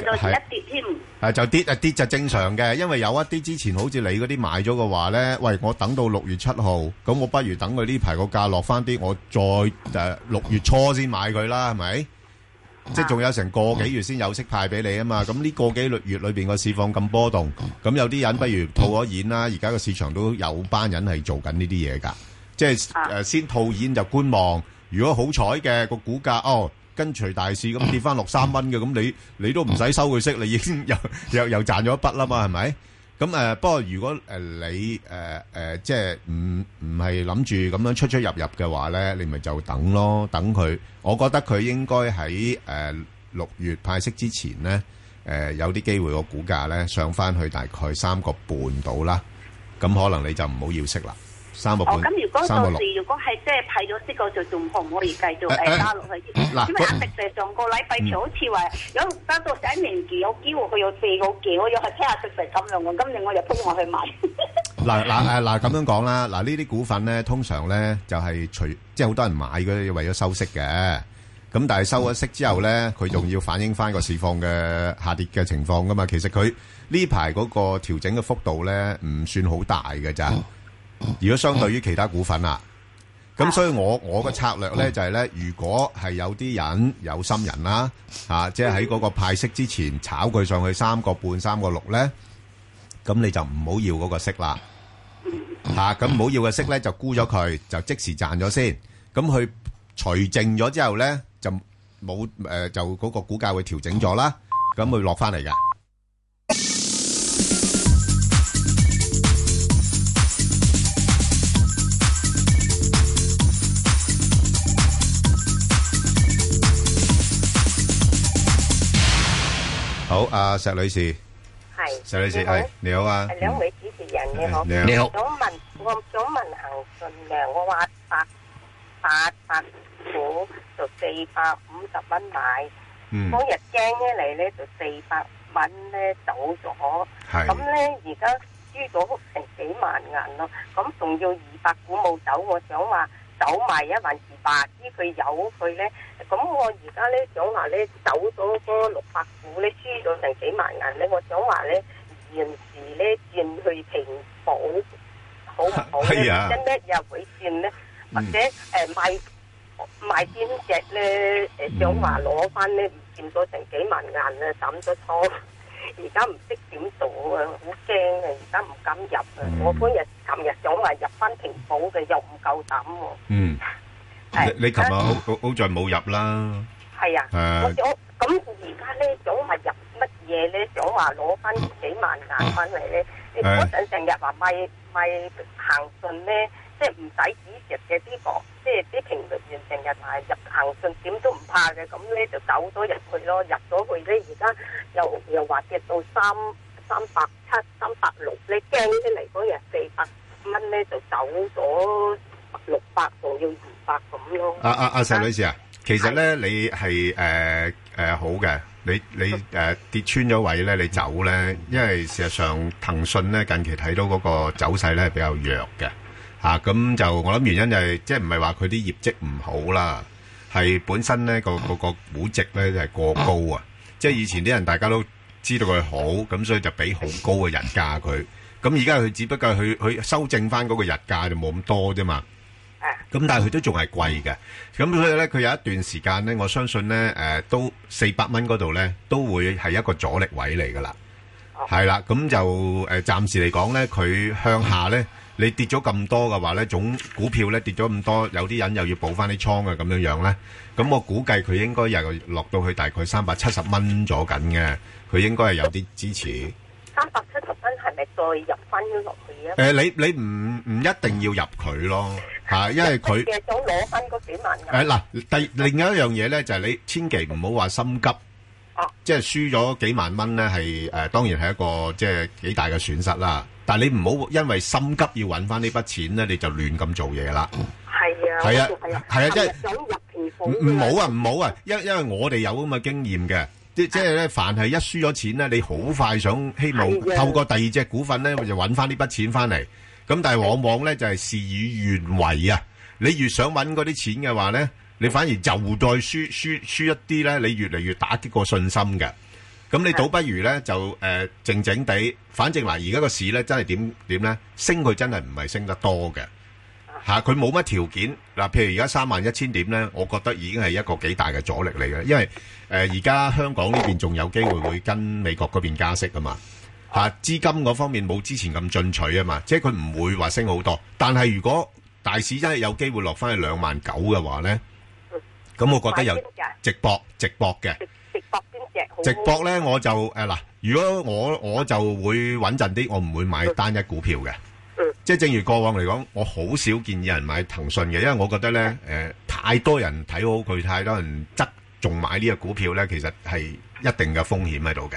係啊，就跌-就係一跌添，啊誒，跌就正常嘅，因為有一啲之前好似你嗰啲買咗嘅話呢，喂，我等到6月7號，咁我不如等佢呢排個價落返啲，我再，誒，6月初先買佢啦，係咪？即係仲有成個幾月先有息派俾你啊嘛，咁呢個幾月裏邊個市況咁波動，咁有啲人不如套咗現啦。而家個市場都有班人係做緊呢啲嘢㗎，即係誒、啊先套現就觀望。如果好彩嘅個股價哦跟隨大市咁跌翻落三蚊嘅，咁你你都唔使收佢息，你已經又又又賺咗一筆啦嘛，係咪？咁誒、呃不過如果誒、呃你誒誒、呃呃即係唔唔係諗住咁樣出出入入嘅話咧，你咪就等咯，等佢。我覺得佢應該喺誒六月派息之前咧，誒、有啲機會個股價咧上翻去大概三個半到啦。咁可能你就唔好要息啦，三個哦半，咁如果三個到六。時如果係即係派咗息嗰就仲可唔可以繼續誒誒誒加落去先？嗱嗯因為佢阿迪就上個禮拜就好似話有加到第一年期有機會佢有四個幾，我又係聽下迪成咁樣喎，今年我就衝我去買。嗱嗱誒嗱咁樣講啦，嗱呢啲股份咧，通常咧就係除即係好多人買嘅，為咗收息嘅。咁但係收咗息之後咧，佢仲要反映翻個市況嘅下跌嘅情況噶嘛。其實佢呢排嗰個調整嘅幅度咧，唔算好大嘅咋。如果相對於其他股份啦，咁所以我我嘅策略咧就係咧，如果係有啲人有心人啦，啊，即係喺嗰個派息之前炒佢上去三個半、三個六咧。咁你就唔好要嗰個息啦。吓咁唔好要嘅息咧，就沽咗佢，就即時賺咗先。咁佢除淨咗之後咧，就冇诶、呃就嗰個股價會調整咗啦。咁佢落翻嚟嘅。好，阿、石女士，系石女士係你好啊，两位主持人你好，你好你好想问我想问恒顺嘅，我话八八八股就四百五十蚊买，嗯嗰日驚咧嚟咧就四百蚊咧走咗，係咁咧而家輸咗成幾萬銀咯，咁仲要二百股冇走，我想話走埋一萬二百，依佢有佢咧，咁我而家咧想話咧走咗嗰六百股咧輸咗成幾萬銀咧，我想話咧現時咧轉去平保好唔好咧？係啊嗯真咧又會轉咧，或者誒、呃、賣賣邊只咧？誒呃想話攞翻咧，唔佔咗成幾萬銀啊，抌咗倉。 [laughs] 而家唔識點做啊，好驚啊！而家唔敢入啊！嗯我本日琴日想話入翻平保嘅，又唔夠膽喎。嗯，係啊你你琴日好好好在冇入啦，係啊，誒我想咁而家咧想話入乜嘢咧？想話攞翻幾萬銀翻嚟咧？你嗰陣成日話賣賣行信咧，即係唔使止蝕嘅啲房，即係啲評論員成日話入行信點都唔怕嘅，咁咧就走咗入去咯，入咗去咧而家又又話跌到三三百七、三百六咧，驚起嚟嗰日四百蚊咧就走咗六百，仲要二百咁咯。阿阿阿石女士啊，其實咧你係誒誒好嘅，你你誒、呃跌穿咗位咧，你走咧，因為事實上騰訊咧近期睇到嗰個走勢咧係比較弱嘅嚇，咁、就我諗原因就係、即係唔係話佢啲業績唔好啦，係本身咧個個個估值咧就係過高啊，即係以前啲人大家都知道佢好，咁所以就俾好高嘅日價佢，咁而家佢只不過佢佢修正翻嗰個日價就冇咁多啫嘛。咁但係佢都仲係貴嘅，咁所以咧佢有一段時間咧，我相信咧誒、呃都四百蚊嗰度咧都會係一個阻力位嚟噶啦，係啦，咁就誒、呃、暫時嚟講咧，佢向下咧，你跌咗咁多嘅話咧，總股票咧跌咗咁多，有啲人又要補翻啲倉啊咁樣樣咧，咁我估計佢應該又落到去大概三百七十蚊咗緊嘅，佢應該係有啲支持。三百七十蚊係咪再入翻咗落去啊？誒、你你唔唔一定要入佢咯，嚇、因為佢。嘅想攞翻嗰幾萬銀。诶嗱，第另一樣嘢咧就係你千祈唔好話心急，即係輸咗幾萬蚊咧係诶，当然係一個即係幾大嘅損失啦。但系你唔好因為心急要揾翻呢筆錢咧，你就亂咁做嘢啦。係啊，係啊我就係啊即係琴日想入平保唔㗎唔好啊，唔好啊，因因為我哋有咁嘅經驗嘅，即即係咧，凡係一輸咗錢咧，你好快想希望係啊透過第二隻股份咧，就揾翻呢筆錢翻嚟。咁但係往往咧就係事與願違啊！你越想揾嗰啲錢嘅話咧，你反而就再輸輸輸一啲咧，你越嚟越打擊個信心嘅。咁你倒不如咧就誒、呃、靜靜地，反正嗱，而家個市咧真係點點咧，升佢真係唔係升得多嘅。嚇，佢冇乜條件嗱，譬如而家三萬一千點咧，我覺得已經係一個幾大嘅阻力嚟嘅，因為誒而家香港呢邊仲有機會會跟美國嗰邊加息啊嘛，嚇、資金嗰方面冇之前咁進取啊嘛，即係佢唔會話升好多，但係如果大市真係有機會落翻去兩萬九嘅話咧，咁我覺得有直博直博嘅。直播咧，我就誒嗱、如果我我就會穩陣啲，我唔會買單一股票嘅。即係正如過往嚟講，我好少建議人買騰訊嘅，因為我覺得咧誒、太多人睇好佢，太多人側重買呢個股票咧，其實係一定嘅風險喺度嘅。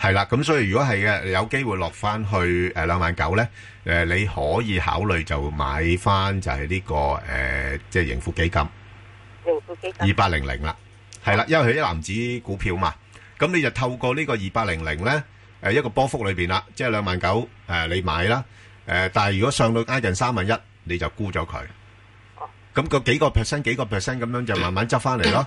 係啦，咁所以如果係嘅，有機會落翻去呃誒兩萬九咧，誒、你可以考慮就買翻就係呢、個誒、即係盈富基金。二八零零啦，係啦，因為佢一籃子股票嘛，咁你就透過呢個二八零零咧，誒一個波幅裏邊啦，即係兩萬九誒你買啦，誒、但係如果上到挨近三萬一，你就沽咗佢，咁個幾個 percent 幾個 percent 咁樣就慢慢執翻嚟咯，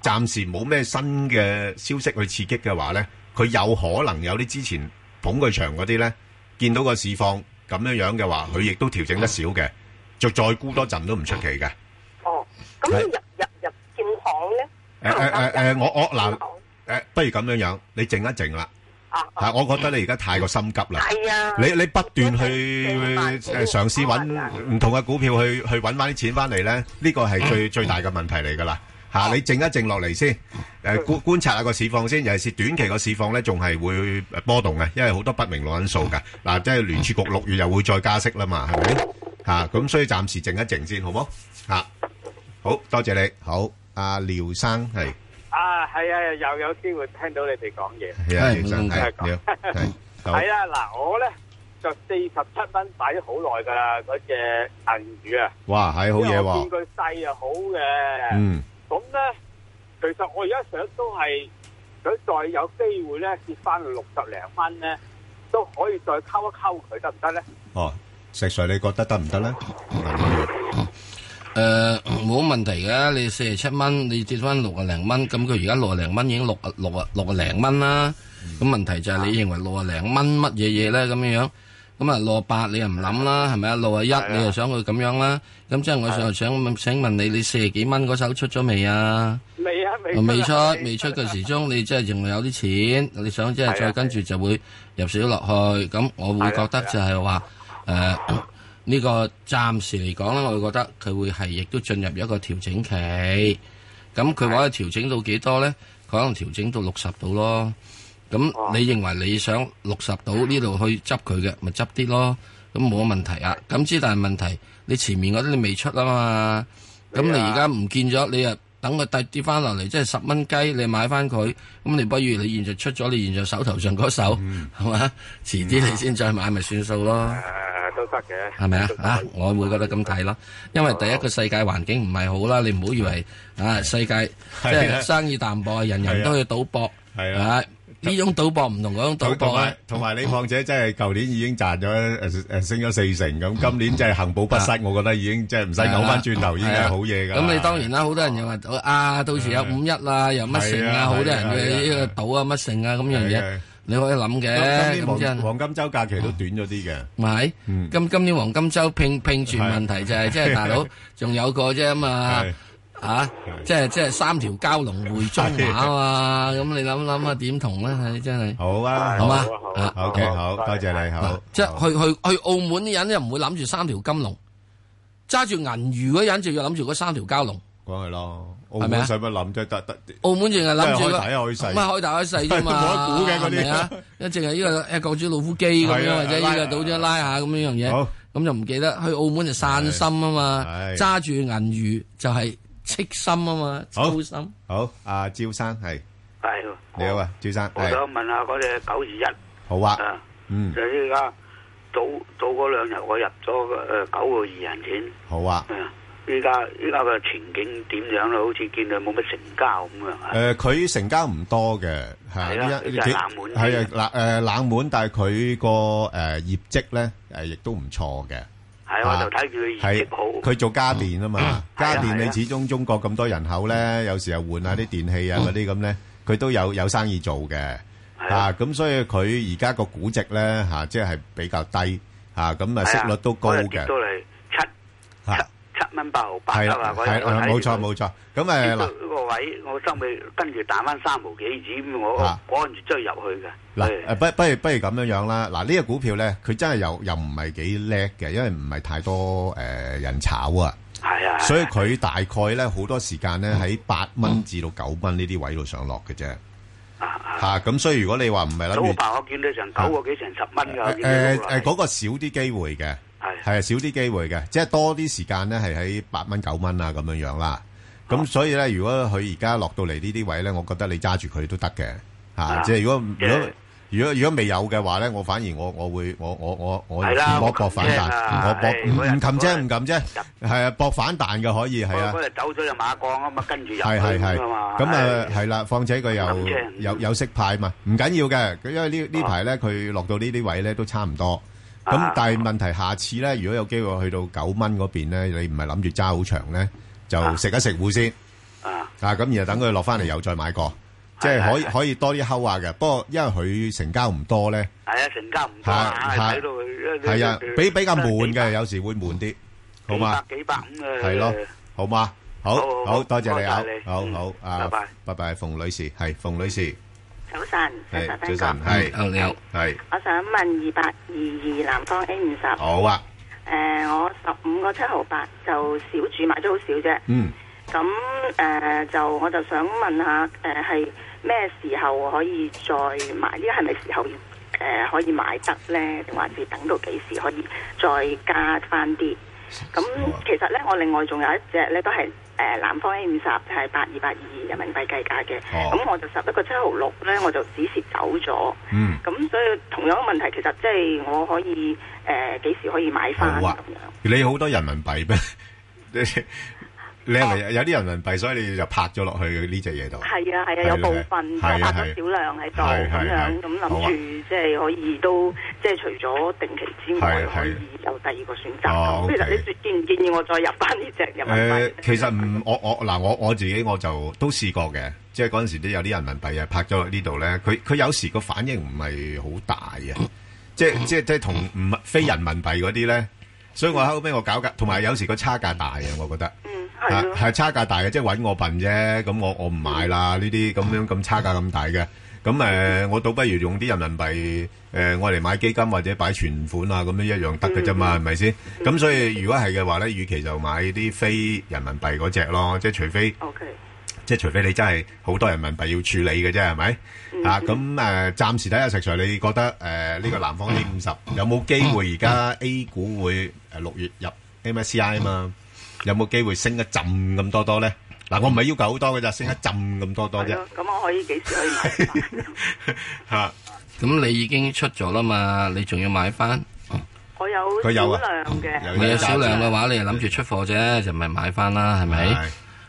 暫時冇咩新嘅消息去刺激嘅話咧，佢有可能有啲之前捧佢場嗰啲咧，見到個市況咁樣樣嘅話，佢亦都調整得少嘅，就再沽多陣都唔出奇嘅。哦，咁入入入建行咧，誒誒誒誒，我我嗱誒，不如咁樣樣，你靜一靜啦。Ờ, 啊，我覺得你而家太過心急啦。係啊你你不斷去誒嘗試揾唔同嘅股票去去揾翻啲錢翻嚟咧，呢個係最最大嘅問題嚟㗎啦。吓，你靜一靜落嚟先，誒觀觀察下個市況先，尤其是短期個市況咧，仲係會波動嘅，因為好多不明朗因素㗎。嗱，即係聯儲局六月又會再加息啦嘛，係咪？吓，咁所以暫時靜一靜先，好冇？吓，好多謝你，好，阿廖生係，啊，係啊，又有機會聽到你哋講嘢，係啊，廖生係，你好，係啦，嗱，我咧就四十七蚊擺咗好耐㗎啦，嗰隻銀魚啊，哇，係好嘢我見喎，佢細又好嘅，嗯。咁咧，其實我而家想都係想再有機會咧，跌翻六十零蚊咧，都可以再溝一溝佢得唔得咧？哦，石 Sir，你覺得得唔 [laughs] 得咧？诶，冇問題嘅。你四十七蚊，你跌翻六啊零蚊，咁佢而家六啊零蚊已經六啊六啊六啊零蚊啦。咁問題就係嗯你認為六啊零蚊乜嘢嘢咧？咁樣樣，咁啊六啊八你又唔諗啦，係咪啊？六啊一你又想佢咁樣啦？咁即係我就想問請問你，你四十幾蚊嗰手出咗未啊？未啊，未未出未出嘅時鐘，你即係仲有啲錢，你想即係再跟住就會入少落去。咁我會覺得就係啊話誒呢個暫時嚟講咧，我會覺得佢會係亦都進入一個調整期。咁佢話調整到幾多咧？佢可能調整到六十度咯。咁你認為你想六十度呢度去執佢嘅，咪執啲咯？咁冇問題啊。咁之但係問題，你前面嗰啲你未出啊嘛。咁你而家唔見咗，你又等佢跌跌翻落嚟，即係十蚊雞，你買翻佢，咁你不如你現在出咗，你現在手頭上嗰手，嗯係嘛、遲啲你先再買咪算數咯，啊誒都得嘅，係咪啊？啊，我會覺得咁睇咯，因哦為第一個世界環境唔係好啦，你唔好以為啊世界即係啊係生意淡薄，人係人啊都去賭博，係啊啊，呢種賭博唔同嗰種賭同同博啊埋同埋，你況且真係舊年已經賺咗誒誒升咗四成 [laughs] 咁，今年真係恆保不失，我覺得已經即係唔使扭翻轉頭，已經係好嘢㗎啦。啊咁你當然啦，好多人又話啊，到時有五一啦，又乜成係啊啊，好多係人啊嘅係啊呢個賭啊乜成啊咁樣係啊嘢，你可以諗嘅。今咁年真黃黃金週假期都短咗啲嘅。唔係，今今年黃金周拼拼住問題就係即係大 [laughs] 佬仲有個啫嘛。啊，即係即係三條蛟龍匯中華啊嘛，咁你諗諗啊點同咧？係真係好啊，好嘛，好，OK，好，多謝你，好。即係去去去澳門啲人又唔會諗住三條金龍，揸住銀魚嗰人就要諗住嗰三條蛟龍。講係咯，澳係咪門啊使乜諗啫？得得，澳門淨係諗住真係開大開細咁啊開大開細啫嘛， [laughs] 冇得估嘅嗰啲係咪啊，一淨係呢個誒國主老虎機咁係樣啊或者呢拉個倒咗拉下咁樣樣嘢好，咁就唔記得去澳門就散心啊嘛係，揸住銀魚就係戚心啊嘛，好操心。哦好，阿招生係係，你好啊，招生我想係問下嗰只九二一，好啊，啊，嗯，就依家早早嗰兩日我入咗誒呃九個二人錢，好啊。依家依家嘅前景點樣咧？好似見到冇乜成交咁啊！誒佢成交唔多嘅，係係啦啊佢就係冷門係啊冷誒冷門，但係佢個誒業績咧誒亦都唔錯嘅。啊係我就睇佢業績好，佢做家電啊嘛，家電係你啊始終中國咁多人口咧，有時候換下啲電器啊嗰啲咁咧，佢都有有生意做嘅。啊，咁所以佢而家個估值咧嚇，即係比較低嚇，咁啊係息啊率都高嗰日跌嘅到。嚟七嚇七蚊八毫八係啊啦嘛！，嗰係日我啦，睇冇錯佢冇錯。咁跌誒嗱。到呢個位，我心尾跟住彈翻三毫幾子，咁我啊我趕住追入去嘅。嗱，誒不不如不如咁樣樣啦。嗱，呢個股票咧，佢真係又又唔係幾叻嘅，因為唔係太多誒、呃人炒啊。係啊，嗯所以佢大概咧好多時間咧喺八蚊至到九蚊呢啲位度上落嘅啫。嚇咁、所以如果你話唔係諗早住啊排我見到成九個幾成十蚊㗎，我見誒到誒嗰個少啲機會嘅，係少啲機會嘅，即係多啲時間咧係喺八蚊九蚊啊咁樣樣啦。咁所以咧，如果佢而家落到嚟呢啲位咧，我覺得你揸住佢都得嘅嚇。啊即係如果即係如果如果如果未有嘅話咧，我反而我我會我我我我係啦搏我搏反冚彈，啫啊我搏唉唔嗰日唔撳啫，唔撳啫，係啊，搏反彈嘅可以係啊嗰。日走咗就馬降啊嘛，跟住入去係係係，㗎嘛。咁啊唉係啦，況且佢又咁正有有息派嘛，唔緊要嘅，佢因為呢呢排咧佢落到呢啲位咧都差唔多。咁但係問題下次咧，如果有機會去到九蚊嗰邊咧，你唔係諗住揸好長咧，就食一食糊先。啊咁然後等佢落翻嚟又再買過，即係可以可以多啲睺下嘅。不過因為佢成交唔多咧，係啊，成交唔多啊，係係睇到佢係啊，比比較悶嘅，有時會悶啲，好嘛？幾百幾百五嘅。係咯，好嘛？好，好，好，好，多謝你多謝啊，你，好，嗯，好，啊，拜拜。 [laughs] 拜拜，馮女士，係，馮女士，早晨，係，早晨，早晨，斌哥係，係，我想問二八二二南方 A 五十。誒、好啊，呃我十五個七毫八就小注買咗好少啫。嗯，咁咁誒、呃就我就想問下誒係咩時候可以再買？呢家係咪時候誒、呃可以買得咧？定還是等到幾時可以再加翻啲？咁其實咧，我另外仲有一隻咧，都係誒、呃南方 A 五十，係八二八二人民幣計價嘅。咁、我就十一個七毫六咧，我就止蝕走咗。嗯，咁所以同樣嘅問題，其實即係我可以誒幾、時可以買翻好咁啊樣？你好多人民幣咩？ [laughs] 你你係咪有啲人民幣，所以你就拍咗落去呢只嘢度？係啊係啊，係有啦部分係啊拍咗係少量喺度係係咁樣，係咁諗好啊住即係可以都即係除咗定期之係，外可以係有第二個選哦擇。咁其實 OK 你建唔建議我再入翻呢只人民幣？誒，其實唔，我我嗱，我我自己我就都試過嘅，即係嗰陣時都有啲人民幣啊拍咗落呢度咧，佢佢有時個反應唔係好大啊，即係即係即係同唔非人民幣嗰啲咧，所以我後尾我搞價，同埋有時個差價大啊，我覺得。嗯係係係差價大嘅，即係揾我笨啫。咁我我唔買啦，呢啲咁樣咁差價咁大嘅。咁誒、呃我倒不如用啲人民幣誒，我嚟買基金或者擺存款啊，咁樣一樣得嘅啫嘛，係咪先？咁所以如果係嘅話咧，與其就買啲非人民幣嗰只咯，即係除非即係除非你真係好多人民幣要處理嘅啫，係咪？啊，咁誒、呃，暫時睇下石 Sir，你覺得誒呢、個南方 A 五十有冇機會而家 A 股會誒六月入 MSCI 啊嘛？有冇機會升一浸咁多多咧？嗱，我唔係要求好多嘅咋，升一浸咁多多啫。咁我可以幾時可以買 [laughs] 返？嚇！咁你已經出咗啦嘛，你仲要買翻？我有佢有啊少量嘅，你有少量嘅話，你係諗住出貨啫，就唔係買翻啦，係咪？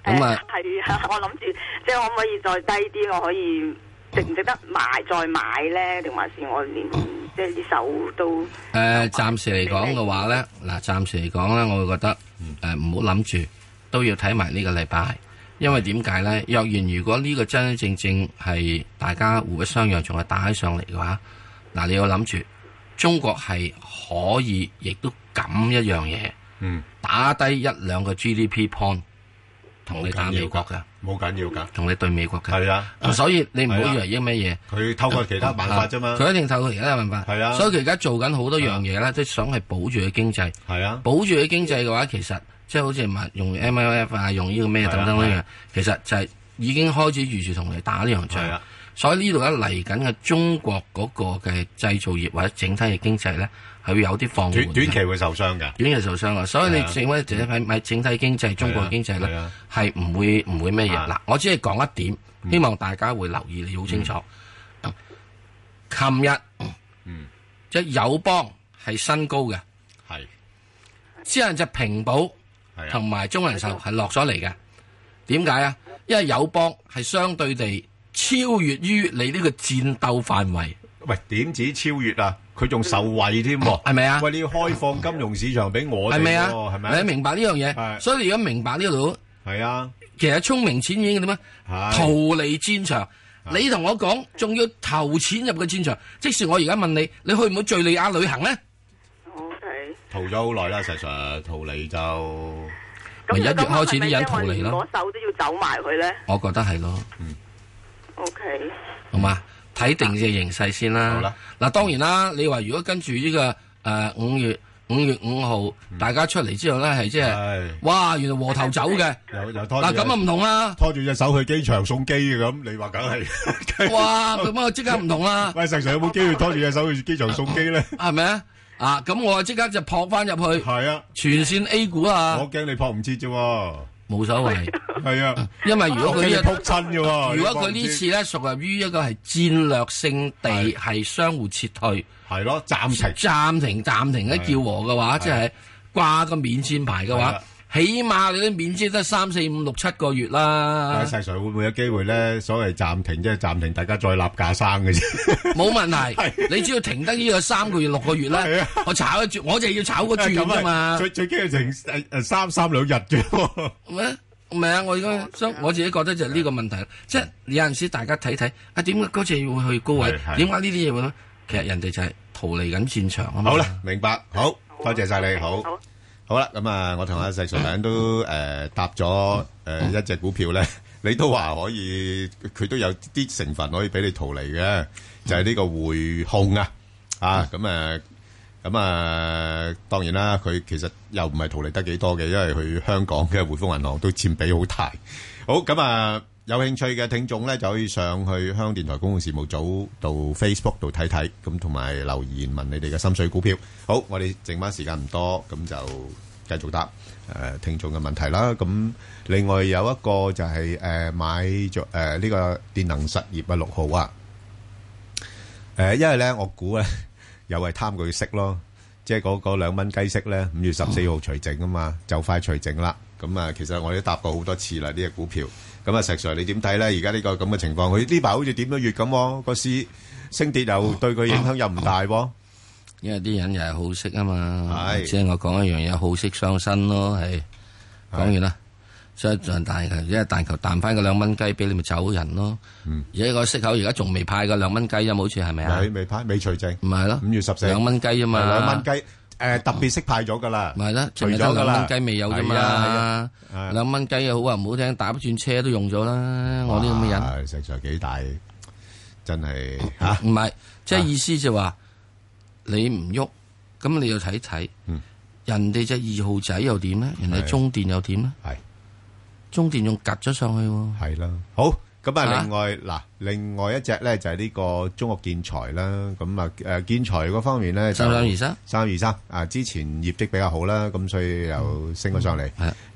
咁啊，係啊， [laughs] 我諗住即係可唔可以再低啲？我可以值唔值得買再買咧？定還是我連哦即係啲手都？誒，暫時嚟講嘅話咧，嗱，暫時嚟講咧，我會覺得誒唔好諗住，都要睇埋呢個禮拜，因為點解咧？若然如果呢個真真正正係大家互不相讓，仲係打起上嚟嘅話，嗱，你要諗住中國係可以，亦都咁一樣嘢，嗯，打低一兩個 GDP point 同你打美國嘅，冇緊要㗎，同你對美國嘅，係啊，所以你唔好係啊以為啲咩嘢，佢透過其他辦法啫嘛佢一定透過其他辦法，係啊所以佢而家做緊好多樣嘢啦，即係想係保住佢經濟，係啊，保住佢經濟嘅話，其實即係好似話用 MLF 啊，用呢個咩等係等呢啊係樣啊，其實就係已經開始預住同佢打呢樣係仗啊，所以呢度咧嚟緊嘅中國嗰個嘅製造業或者整體嘅經濟咧，係會有啲放緩短嘅短期會受傷㗎。短期受傷啊，所以你係啊整體整體咪整體經濟，中國經濟係咧啊嗯係唔會唔會咩嘢啊嗱，我只係講一點，希望大家會留意你好清楚。琴日嗯即係友邦係新高嘅，係之後就平保啊同埋中人壽係落咗嚟嘅。點解啊？因為友邦係相對地超越於你呢個戰鬥範圍。喂，點止超越啊？佢仲受惠添喎，係咪啊？喂，你要開放金融市場俾我哋喎，係咪啊？係咪啊？你明白呢樣嘢，所以你如果明白呢度，係啊，其實聰明錢已經點啊？逃離戰場。啊你同我講，仲要投錢入個戰場，即使我而家問你，你去唔去敍利亞旅行咧？逃咗好耐啦，石 Sir，逃離就咪一月開始啲人逃離咯，我手都要走埋佢咧我覺得係咯， ？O K。好嘛？睇定嘅形勢先啊好啦啦。嗱，當然啦，你話如果跟住呢個誒五月五月五號嗯大家出嚟之後咧，係即係哇，原來和頭走 [laughs] 嘅，又又拖住嗱咁啊唔同啦。 [laughs] 拖住隻手去機場送機嘅咁，你話梗係哇！咁啊，即刻唔同啦。 [laughs] 喂，石 Sir 有冇機會拖住隻手去機場送機咧？係咪啊？啊，咁我即刻就撲翻入去。係啊，全線 A 股啊。我驚你撲唔切啫喎。冇所謂。係啊，因 [laughs] 為如果佢呢我驚你撲親 [laughs] 啫喎。如果佢呢次咧屬於一個係戰略性地係相互撤退，係咯，暫停、暫停、暫停一叫和嘅話，即係掛個免戰牌嘅係話啦，起碼你都免戰得三四五六七個月啦但係，石 Sir 會唔會有機會咧？所謂暫停即係暫停，大家再立架生嘅啫。冇 [laughs] 問題。你只要停得呢個三個月六個月咧，我炒一轉，我就要炒個轉 [laughs] 啫嘛。最最啊驚係啊停誒誒三三兩日啫喎。咩？唔係啊！我而哦家所以我自己覺得就係呢個問題，即係有陣時大家睇睇啊，點解嗰次會去高位？係係點解呢啲嘢會咧？其實人哋就係逃離緊戰場啊嘛。好啦， [laughs] 明白，好啊多謝晒你，好，好啦，咁啊，我同阿石 Sir 兩 [laughs] 都誒搭咗誒一隻股票咧， [laughs] 你都話可以，佢都有啲嗯成分可以俾你逃離嘅，就係呢個匯控啊，啊，咁誒咁啊，當然啦，佢其實又唔係逃離得幾多嘅，因為佢香港嘅匯豐銀行都佔比好大。好咁啊， [laughs] 有興趣嘅聽眾咧，就可以上去香港電台公共事務組度 Facebook 度睇睇，咁同埋留言問你哋嘅心水股票。好，我哋剩翻時間唔多，咁就繼續答誒聽眾嘅問題啦。咁另外有一個就係誒買咗誒呢個電能實業啊六號啊，誒因為咧我估咧。又係貪佢息咯，即係嗰嗰兩蚊雞息咧，五月十四號除淨啊嘛，就快除淨啦。咁啊，其實我哋都答過好多次啦，呢隻股票。咁啊，石 Sir 你點睇咧？而家呢個咁嘅情況，佢呢排好似點咗月咁喎，個市升跌又對佢影響又唔大喎。因為啲人又係好色啊嘛，即係我講一樣嘢，好色傷身咯，係講完啦。所以但係一但求彈翻個兩蚊雞俾你咪走人咯。嗯而家個息口而家仲未派個兩蚊雞啫，好似係咪啊？未未派，未除淨。唔係咯，五月十四兩蚊雞啊啫嘛。兩蚊雞誒特別息派咗㗎啦。啊唔係啦，除咗㗎啦。兩蚊雞未有啫嘛。兩蚊雞又好話唔好聽，打轉車都用咗啦。我啲咁嘅人，實在幾大， [laughs] 真係嚇。唔係，即係意思就話你唔喐，咁你要睇睇。嗯人哋隻二號仔又點咧？人哋中電又點咧？係。中電仲夾咗上去喎，係啦，好咁啊！另外嗱，另外一隻咧就係呢個中國建材啦，咁啊誒建材嗰方面咧，三三二三，三二三啊，之前業績比較好啦，咁所以又升咗上嚟，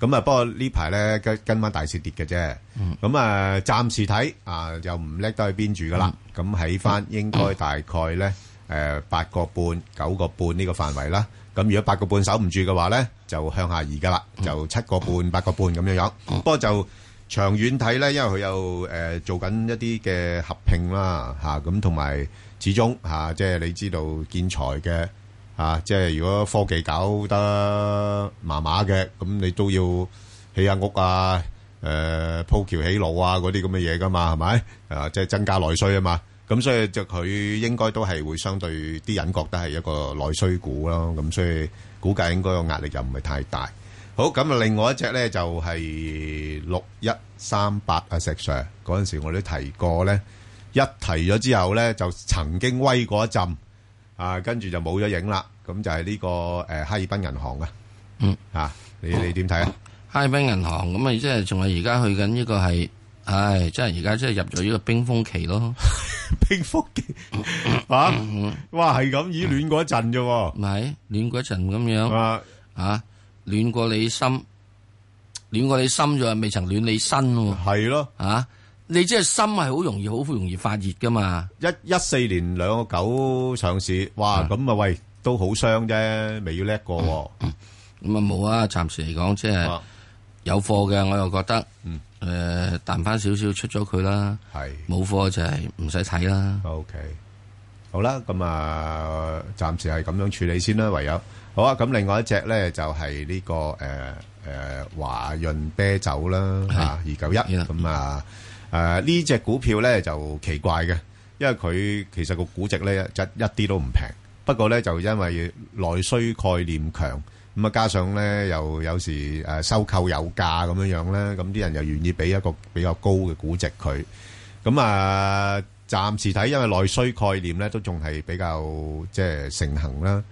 咁啊不過呢排咧跟跟翻大市跌嘅啫，咁啊暫時睇啊又唔叻得去邊住噶啦，咁喺翻應該大概咧誒八個半九個半呢個範圍啦，咁如果八個半守唔住嘅話咧，就向下移噶啦，就七個半、八個半咁樣樣。不過就長遠睇咧，因為佢又誒做緊一啲嘅合併啦，嚇咁同埋始終嚇，即係你知道建材嘅嚇，即係如果科技搞得麻麻嘅，咁你都要起下屋啊，誒鋪橋起路啊嗰啲咁嘅嘢噶嘛，係咪？啊，即係增加內需啊嘛。咁所以就佢應該都係會相對啲人覺得係一個內需股咯，咁所以估計應該個壓力又唔係太大。好，咁啊，另外一隻咧就係六一三八啊，石 Sir 嗰陣時我都提過咧，一提咗之後咧就曾經威過一陣啊，跟住就冇咗影啦。咁就係呢個誒哈爾濱銀行啊，嗯啊，你你點睇啊？哈爾濱銀行咁啊，即係仲係而家去緊呢個係。唉，真係而家真係入咗呢個冰封期咯， [laughs] 冰封期 [laughs] 啊！哇，係咁已暖嗰陣啫，唔係暖嗰陣咁嗯樣啊啊，暖過你心，暖過你心就未曾暖你身喎，係咯啊！你即係心係好容易，好容易發熱噶嘛。一一四年兩個九上市，哇！咁啊喂，都好傷啫，未要叻過咁啊冇啊，暫時嚟講即啊係有貨嘅，我又覺得。嗯誒，彈翻少少出咗佢啦，係冇貨就係唔使睇啦。 OK，好啦，咁啊，暫時係咁樣處理先啦，唯有好啊。咁另外一隻咧就係呢個誒誒華潤啤酒啦，嚇二九一咁啊誒呢隻股票咧就奇怪嘅，因為佢其實個估值咧就一啲都唔平，不過咧就因為內需概念強。咁啊，加上咧又有時誒收購有價咁樣樣咧，咁啲人又願意俾一個比較高嘅估值佢。咁啊，暫時睇，因為內需概念咧都仲係比較即係盛行啦。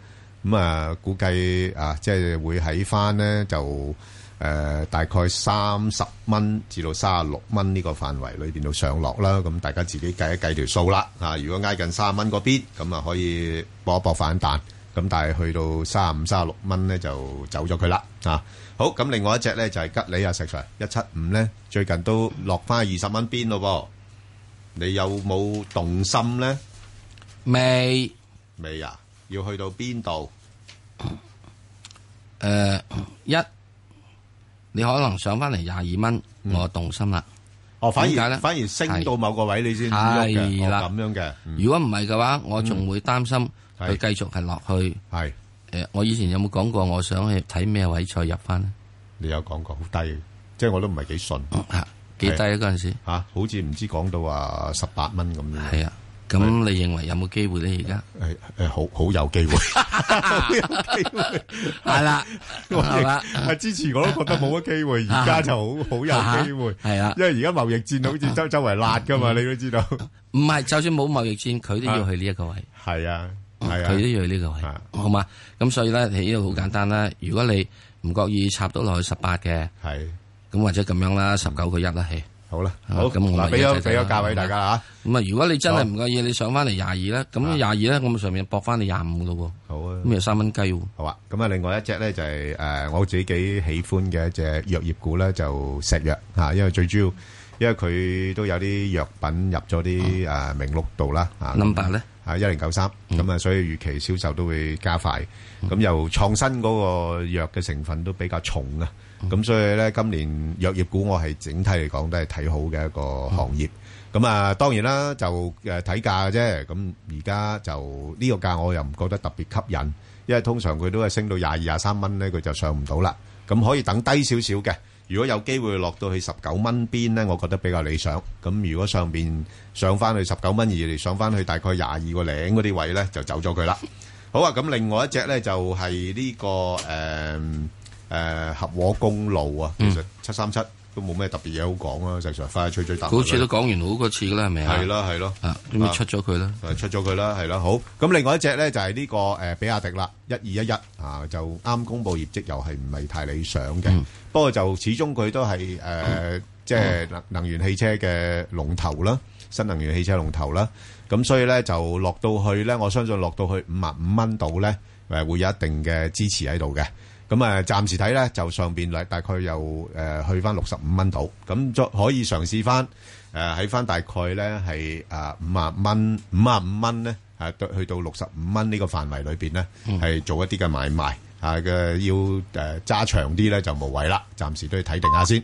咁啊，估計啊，即係會喺翻咧就誒呃大概三十蚊至到三十六蚊呢個範圍裏邊度上落啦。咁大家自己計一計條數啦。啊，如果挨近三十蚊嗰邊，咁啊可以搏一搏反彈。咁但係去到三十五、三十六蚊咧就走咗佢啦啊！好，咁另外一隻咧就係吉利啊，石 Sir 一七五咧，最近都落翻二十蚊邊咯噃，你有冇動心咧？嗯未未啊？要去到邊度？誒，一你可能上翻嚟廿二蚊，嗯我動心啦。哦，反點解而咧反而升到某個位你先喐嘅，係哦啦咁樣嘅。嗯如果唔係嘅話，我仲會擔心佢繼續係落去。係誒，我以前有冇講過我想去睇咩位再入翻咧？你有講過好低，即係我都唔係幾信。幾低啊嗰陣時嚇，好似唔知講到話十八蚊咁樣。係啊，咁你認為有冇機會咧？而家誒誒，好好有 [laughs] 機會。[laughs] 係啦，我係啦，啊之前我都覺得冇乜機會，而家就好好有機會。啊係啦，因為而家貿易戰好似周周圍辣噶嘛，你都知道。唔係，就算冇貿易戰，佢都要去呢一個位。係啊，啊佢都要呢個位，好嘛？咁所以咧，你呢度好簡單啦。如果你唔覺意插到落去十八嘅，係咁或者咁樣啦，十九個一啦，係好啦，好咁我咪嗱俾咗一齊睇俾啦咗價位大家啦咁啊，如果你真係唔覺意，你上翻嚟廿二咧，啊咁廿二咧，我咪上面搏翻你廿五咯喎。好啊，咁有三蚊雞喎。好啊，咁啊，另外一隻咧就係、呃我自己幾喜歡嘅一隻藥業股咧，就石藥嚇、啊因為最主要因為佢都有啲藥品入咗啲誒名錄度啦嚇。 number 咧啊一零九三咁啊，所以預期銷售都會加快。咁由創新嗰個藥嘅成分都比較重啊，咁所以咧今年藥業股我係整體嚟講都係睇好嘅一個行業。 [laughs] 咁啊，當然啦，就誒睇價嘅啫。咁而家就呢個價我又唔覺得特別吸引，因為通常佢都係升到廿二、廿三蚊咧，佢就上唔到啦。咁可以等低少少嘅。如果有機會落到去十九蚊邊咧，我覺得比較理想。咁如果上邊上翻去十九蚊而嚟上翻去大概廿二個零嗰啲位咧，就走咗佢啦。好啊，咁另外一隻咧就係呢個誒誒合和公路啊，其實七三七都冇咩特別嘢好講啊，就常快吹吹打。好似都講完好多次噶啦，係咪啊？係啦，係咯，啊，咁咪出咗佢啦。誒出咗佢啦，係啦，好。咁另外一隻咧就係呢個誒比亞迪啦，一二一一啊，就啱公布業績，又係唔係太理想嘅。不過就始終佢都係誒，即係能能源汽車嘅龍頭啦，新能源汽車龍頭啦。咁所以咧就落到去咧，我相信落到去五啊五蚊度咧，誒會有一定嘅支持喺度嘅。咁啊，暫時睇咧就上邊嚟大概又誒、呃去翻六十五蚊度，咁再可以嘗試翻誒呃喺翻大概咧係誒五啊蚊五啊五蚊咧誒對去到六十五蚊呢個範圍裏邊咧係做呃一啲嘅買賣啊嘅要誒揸、長啲咧就無謂啦，暫時都要睇定下先。